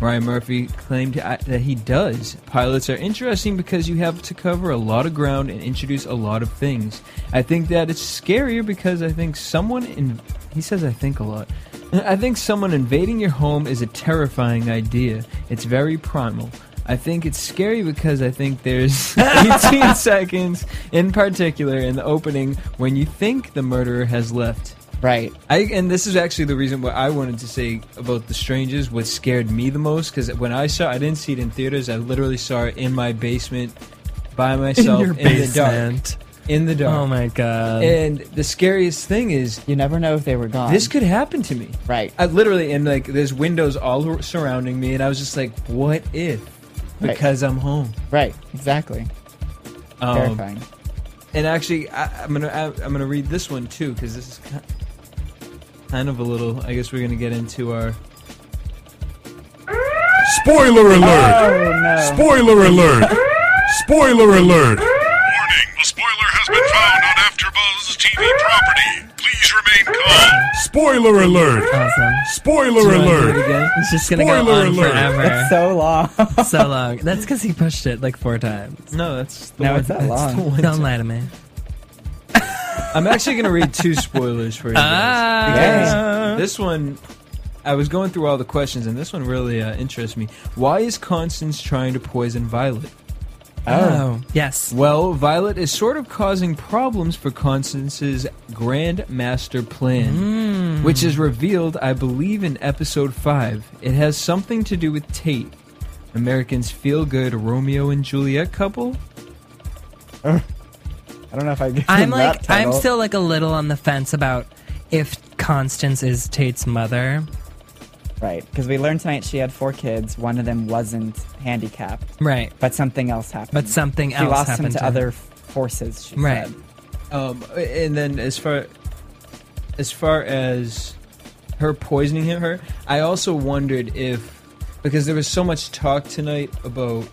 [SPEAKER 4] Ryan Murphy claimed I- that he does. Pilots are interesting because you have to cover a lot of ground and introduce a lot of things. I think that it's scarier because I think someone in. He says, I think a lot. I think someone invading your home is a terrifying idea. It's very primal. I think it's scary because I think there's 18 seconds in particular in the opening when you think the murderer has left.
[SPEAKER 2] Right.
[SPEAKER 4] I and this is actually the reason why I wanted to say about the strangers what scared me the most because when I saw I didn't see it in theaters I literally saw it in my basement by myself
[SPEAKER 3] your
[SPEAKER 4] in the dark
[SPEAKER 3] basement.
[SPEAKER 4] in the dark
[SPEAKER 3] Oh my god.
[SPEAKER 4] and the scariest thing is
[SPEAKER 2] You never know if they were gone.
[SPEAKER 4] this could happen to me
[SPEAKER 2] Right.
[SPEAKER 4] I literally and like there's windows all surrounding me and I was just like what if
[SPEAKER 2] Right.
[SPEAKER 4] because I'm home
[SPEAKER 2] Right. Exactly.
[SPEAKER 4] Um,
[SPEAKER 2] Terrifying.
[SPEAKER 4] and actually I, I'm gonna I, I'm gonna read this one too because this is ki- kind of a little I guess we're gonna get into our
[SPEAKER 5] Spoiler alert!
[SPEAKER 2] Oh no.
[SPEAKER 5] Spoiler alert! Spoiler alert!
[SPEAKER 1] Warning, the spoiler has been found on AfterBuzz TV property. Please remain calm.
[SPEAKER 5] Spoiler alert!
[SPEAKER 3] awesome.
[SPEAKER 5] Spoiler
[SPEAKER 4] Do you wanna do it
[SPEAKER 5] alert!
[SPEAKER 4] again?
[SPEAKER 3] It's just gonna go
[SPEAKER 5] Spoiler
[SPEAKER 3] on
[SPEAKER 5] alert.
[SPEAKER 3] forever.
[SPEAKER 2] So long.
[SPEAKER 3] so long. That's because he pushed it like four times.
[SPEAKER 4] No, that's the
[SPEAKER 2] No,
[SPEAKER 4] one.
[SPEAKER 2] it's that
[SPEAKER 4] that's
[SPEAKER 2] long.
[SPEAKER 4] the one.
[SPEAKER 3] Don't lie to me.
[SPEAKER 4] I'm actually gonna read two spoilers for you. Guys,
[SPEAKER 2] Ah.
[SPEAKER 4] Because this one, I was going through all the questions, and this one really uh, interests me. Why is Constance trying to poison Violet?
[SPEAKER 3] Oh. Yes.
[SPEAKER 4] Well, Violet is sort of causing problems for Constance's grand master plan, which is revealed, I believe, in episode five. It has something to do with Tate, Americans' feel-good Romeo and Juliet couple.
[SPEAKER 2] I don't know if I. give
[SPEAKER 3] I'm
[SPEAKER 2] him that
[SPEAKER 3] like I'm
[SPEAKER 2] title.
[SPEAKER 3] still like a little on the fence about if Constance is Tate's mother.
[SPEAKER 2] Right, because we learned tonight she had four kids. One of them wasn't handicapped,
[SPEAKER 3] Right.
[SPEAKER 2] but something else happened.
[SPEAKER 3] But something
[SPEAKER 2] she
[SPEAKER 3] else
[SPEAKER 2] lost him
[SPEAKER 3] happened
[SPEAKER 2] to,
[SPEAKER 3] to her.
[SPEAKER 2] other forces. She
[SPEAKER 3] Right.
[SPEAKER 2] said.
[SPEAKER 4] Um, and then as far as far as her poisoning him, her, I also wondered if because there was so much talk tonight about,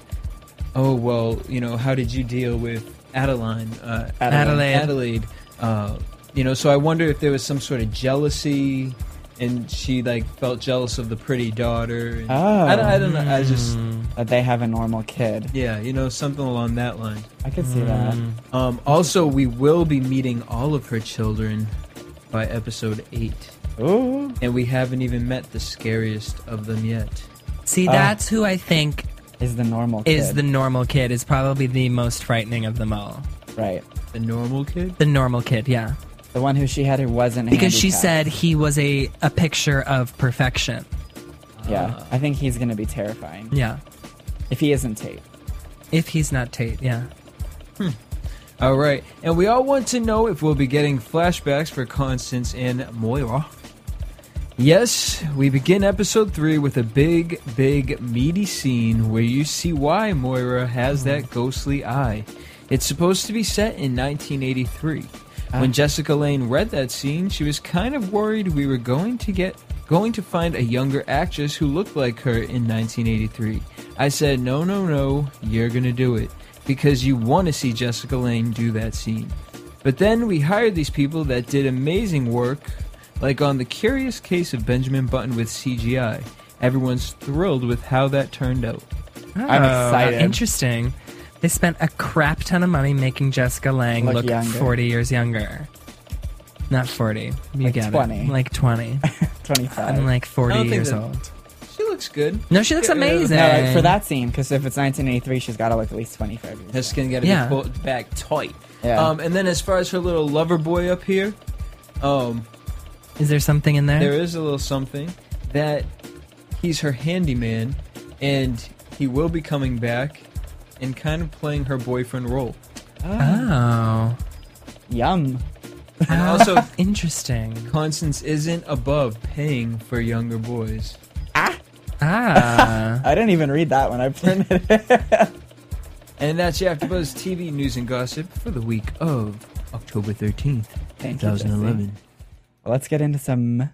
[SPEAKER 4] oh well, you know, how did you deal with Adeline, uh,
[SPEAKER 3] Adelaide.
[SPEAKER 4] Adelaide? Uh, you know, so I wonder if there was some sort of jealousy, and she like felt jealous of the pretty daughter. And
[SPEAKER 2] Oh.
[SPEAKER 4] I, don't- I don't know. I just
[SPEAKER 2] That they have a normal kid.
[SPEAKER 4] yeah, you know, something along that line.
[SPEAKER 2] I could see that.
[SPEAKER 3] Mm.
[SPEAKER 4] Um, also, we will be meeting all of her children by episode 8.
[SPEAKER 2] Ooh,
[SPEAKER 4] And we haven't even met the scariest of them yet.
[SPEAKER 3] See, that's who I think
[SPEAKER 2] is the normal Oh. kid.
[SPEAKER 3] is the normal kid. Is probably the most frightening of them all.
[SPEAKER 2] right
[SPEAKER 4] The normal kid?
[SPEAKER 3] The normal kid, yeah,
[SPEAKER 2] the one who she had who wasn't
[SPEAKER 3] because she said
[SPEAKER 2] handicapped.
[SPEAKER 3] he was a a picture of perfection.
[SPEAKER 2] Yeah, I think he's gonna be terrifying
[SPEAKER 3] Yeah.
[SPEAKER 2] if he isn't Tate.
[SPEAKER 3] If he's not Tate, yeah.
[SPEAKER 4] All right. And we all want to know if we'll be getting flashbacks for Constance and Moira. Yes, we begin episode 3 with a big, big, meaty scene where you see why Moira has that ghostly eye. It's supposed to be set in 1983. When Jessica Lane read that scene, she was kind of worried we were going to get going to find a younger actress who looked like her in 1983. I said, "No, no, no, you're going to do it because you want to see Jessica Lane do that scene." But then we hired these people that did amazing work, like on The Curious Case of Benjamin Button with CGI. Everyone's thrilled with how that turned out.
[SPEAKER 2] I'm
[SPEAKER 3] Oh,
[SPEAKER 2] excited.
[SPEAKER 3] Interesting. They spent a crap ton of money making Jessica Lang
[SPEAKER 2] Look
[SPEAKER 3] look,
[SPEAKER 2] younger.
[SPEAKER 3] 40 years younger. Not 40. You
[SPEAKER 2] Like
[SPEAKER 3] get
[SPEAKER 2] 20.
[SPEAKER 3] it. Like 20.
[SPEAKER 2] 25.
[SPEAKER 3] I'm like 40
[SPEAKER 4] I don't think
[SPEAKER 3] years
[SPEAKER 4] that-
[SPEAKER 3] old.
[SPEAKER 4] She looks good.
[SPEAKER 3] No, she looks
[SPEAKER 4] Get rid of
[SPEAKER 3] amazing.
[SPEAKER 4] the-
[SPEAKER 2] no, like for that scene, because if it's 1983, she's got to look at least 25 years.
[SPEAKER 4] Her
[SPEAKER 2] old.
[SPEAKER 4] skin got to
[SPEAKER 3] Yeah.
[SPEAKER 4] be pulled back tight.
[SPEAKER 2] Yeah.
[SPEAKER 4] Um, and then as far as her little lover boy up here, um,
[SPEAKER 3] Is there something in there?
[SPEAKER 4] there is a little something that he's her handyman, and he will be coming back and kind of playing her boyfriend role.
[SPEAKER 3] Oh.
[SPEAKER 2] Yum.
[SPEAKER 4] And also,
[SPEAKER 3] Interesting.
[SPEAKER 4] Constance isn't above paying for younger boys.
[SPEAKER 3] Ah.
[SPEAKER 2] I didn't even read that when I printed it.
[SPEAKER 4] And that's your AfterBuzz TV news and gossip for the week of October 13th,
[SPEAKER 2] Thank you,
[SPEAKER 4] 2011.
[SPEAKER 2] Let's get into some.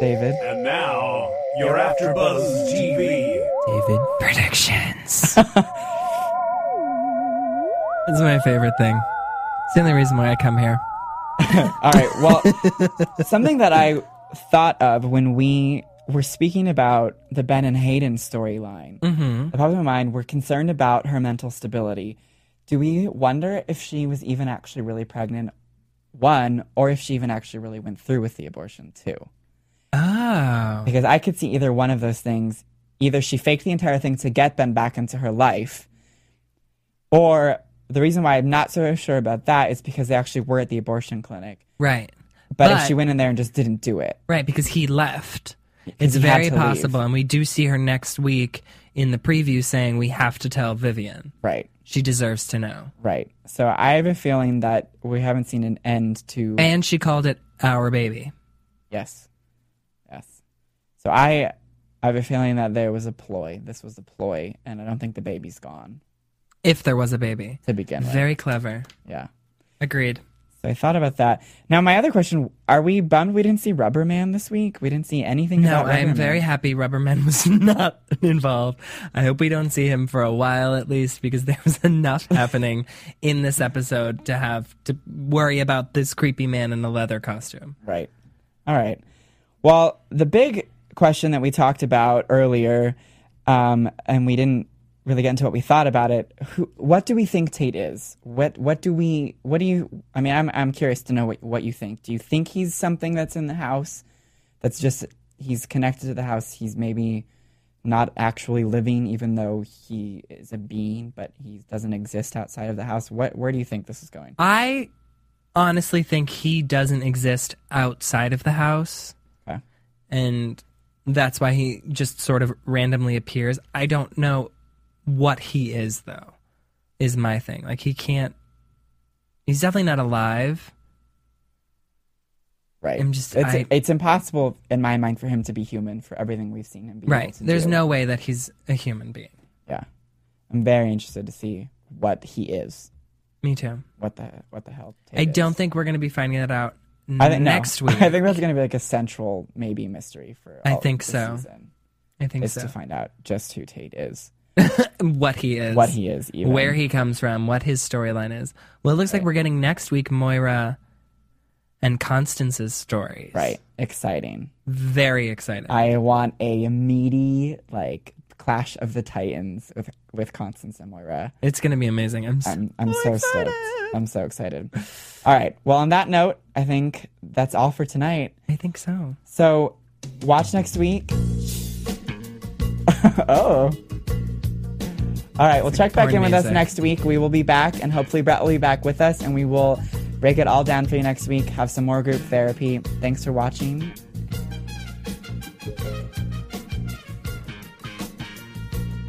[SPEAKER 2] David.
[SPEAKER 5] And now, your After Buzz TV.
[SPEAKER 4] David.
[SPEAKER 3] predictions. This is my favorite thing. It's the only reason why I come here.
[SPEAKER 2] All right. Well, something that I thought of when we were speaking about the Ben and Hayden storyline, mm-hmm. the problem in mind, we're concerned about her mental stability. Do we wonder if she was even actually really pregnant? One, or if she even actually really went through with the abortion, too.
[SPEAKER 3] Oh.
[SPEAKER 2] Because I could see either one of those things. Either she faked the entire thing to get Ben back into her life, or the reason why I'm not so sure about that is because they actually were at the abortion clinic.
[SPEAKER 3] Right.
[SPEAKER 2] But, if she went in there and just didn't do it,
[SPEAKER 3] Right, because he left. It's
[SPEAKER 2] he had
[SPEAKER 3] very
[SPEAKER 2] to leave.
[SPEAKER 3] possible. And we do see her next week in the preview saying we have to tell Vivian.
[SPEAKER 2] right,
[SPEAKER 3] She deserves to know.
[SPEAKER 2] right. So I have a feeling that we haven't seen an end to
[SPEAKER 3] And she called it our baby.
[SPEAKER 2] yes, yes. So I, I have a feeling that there was a ploy. This was a ploy, and I don't think the baby's gone
[SPEAKER 3] If there was a baby.
[SPEAKER 2] to begin with.
[SPEAKER 3] Very clever.
[SPEAKER 2] yeah.
[SPEAKER 3] Agreed.
[SPEAKER 2] So I thought about that. Now my other question: Are we bummed we didn't see Rubber Man this week? We didn't see anything.
[SPEAKER 3] No,
[SPEAKER 2] about
[SPEAKER 3] I am
[SPEAKER 2] Rubberman.
[SPEAKER 3] very happy Rubberman was not involved. I hope we don't see him for a while at least because there was enough happening in this episode to have to worry about this creepy man in the leather costume.
[SPEAKER 2] Right. All right. Well, the big question that we talked about earlier, um, and we didn't really get into what we thought about it. Who, what do we think Tate is? What What do we? What do you? I mean, I'm I'm curious to know what what you think. Do you think he's something that's in the house? That's just he's connected to the house. He's maybe not actually living, even though he is a being, but he doesn't exist outside of the house. What? Where do you think this is going?
[SPEAKER 3] I honestly think he doesn't exist outside of the house.
[SPEAKER 2] Okay.
[SPEAKER 3] And that's why he just sort of randomly appears. I don't know what he is though. Is my thing. Like he can't He's definitely not alive.
[SPEAKER 2] Right.
[SPEAKER 3] I'm just-
[SPEAKER 2] it's,
[SPEAKER 3] I-
[SPEAKER 2] it's impossible in my mind for him to be human for everything we've seen him be. able
[SPEAKER 3] Right.
[SPEAKER 2] to
[SPEAKER 3] There's
[SPEAKER 2] do.
[SPEAKER 3] no way that he's a human being.
[SPEAKER 2] Yeah. I'm very interested to see what he is.
[SPEAKER 3] Me too.
[SPEAKER 2] What the what the hell? Tate
[SPEAKER 3] I
[SPEAKER 2] is.
[SPEAKER 3] don't think we're going to be finding that out
[SPEAKER 2] I think no.
[SPEAKER 3] next week.
[SPEAKER 2] I think that's going to be like a central maybe mystery for.
[SPEAKER 3] I
[SPEAKER 2] all
[SPEAKER 3] think
[SPEAKER 2] this
[SPEAKER 3] so.
[SPEAKER 2] Season,
[SPEAKER 3] I think
[SPEAKER 2] is
[SPEAKER 3] so.
[SPEAKER 2] to find out just who Tate is,
[SPEAKER 3] What he is.
[SPEAKER 2] what he is, even.
[SPEAKER 3] Where he comes from, what his storyline is. Well, it looks like we're getting next week Moira and Constance's stories.
[SPEAKER 2] Right. Exciting.
[SPEAKER 3] Very excited.
[SPEAKER 2] I want a meaty like clash of the titans with with Constance and Moira.
[SPEAKER 3] it's going to be amazing. I'm, s-
[SPEAKER 2] I'm, I'm so stoked. I'm so excited. All right. Well, on that note, I think that's all for tonight.
[SPEAKER 3] I think so.
[SPEAKER 2] So, watch next week. oh. All right. Well, check back
[SPEAKER 3] Corn
[SPEAKER 2] in with us
[SPEAKER 3] music.
[SPEAKER 2] next week. We will be back, and hopefully, Brett will be back with us, and we will break it all down for you next week. Have some more group therapy. Thanks for watching.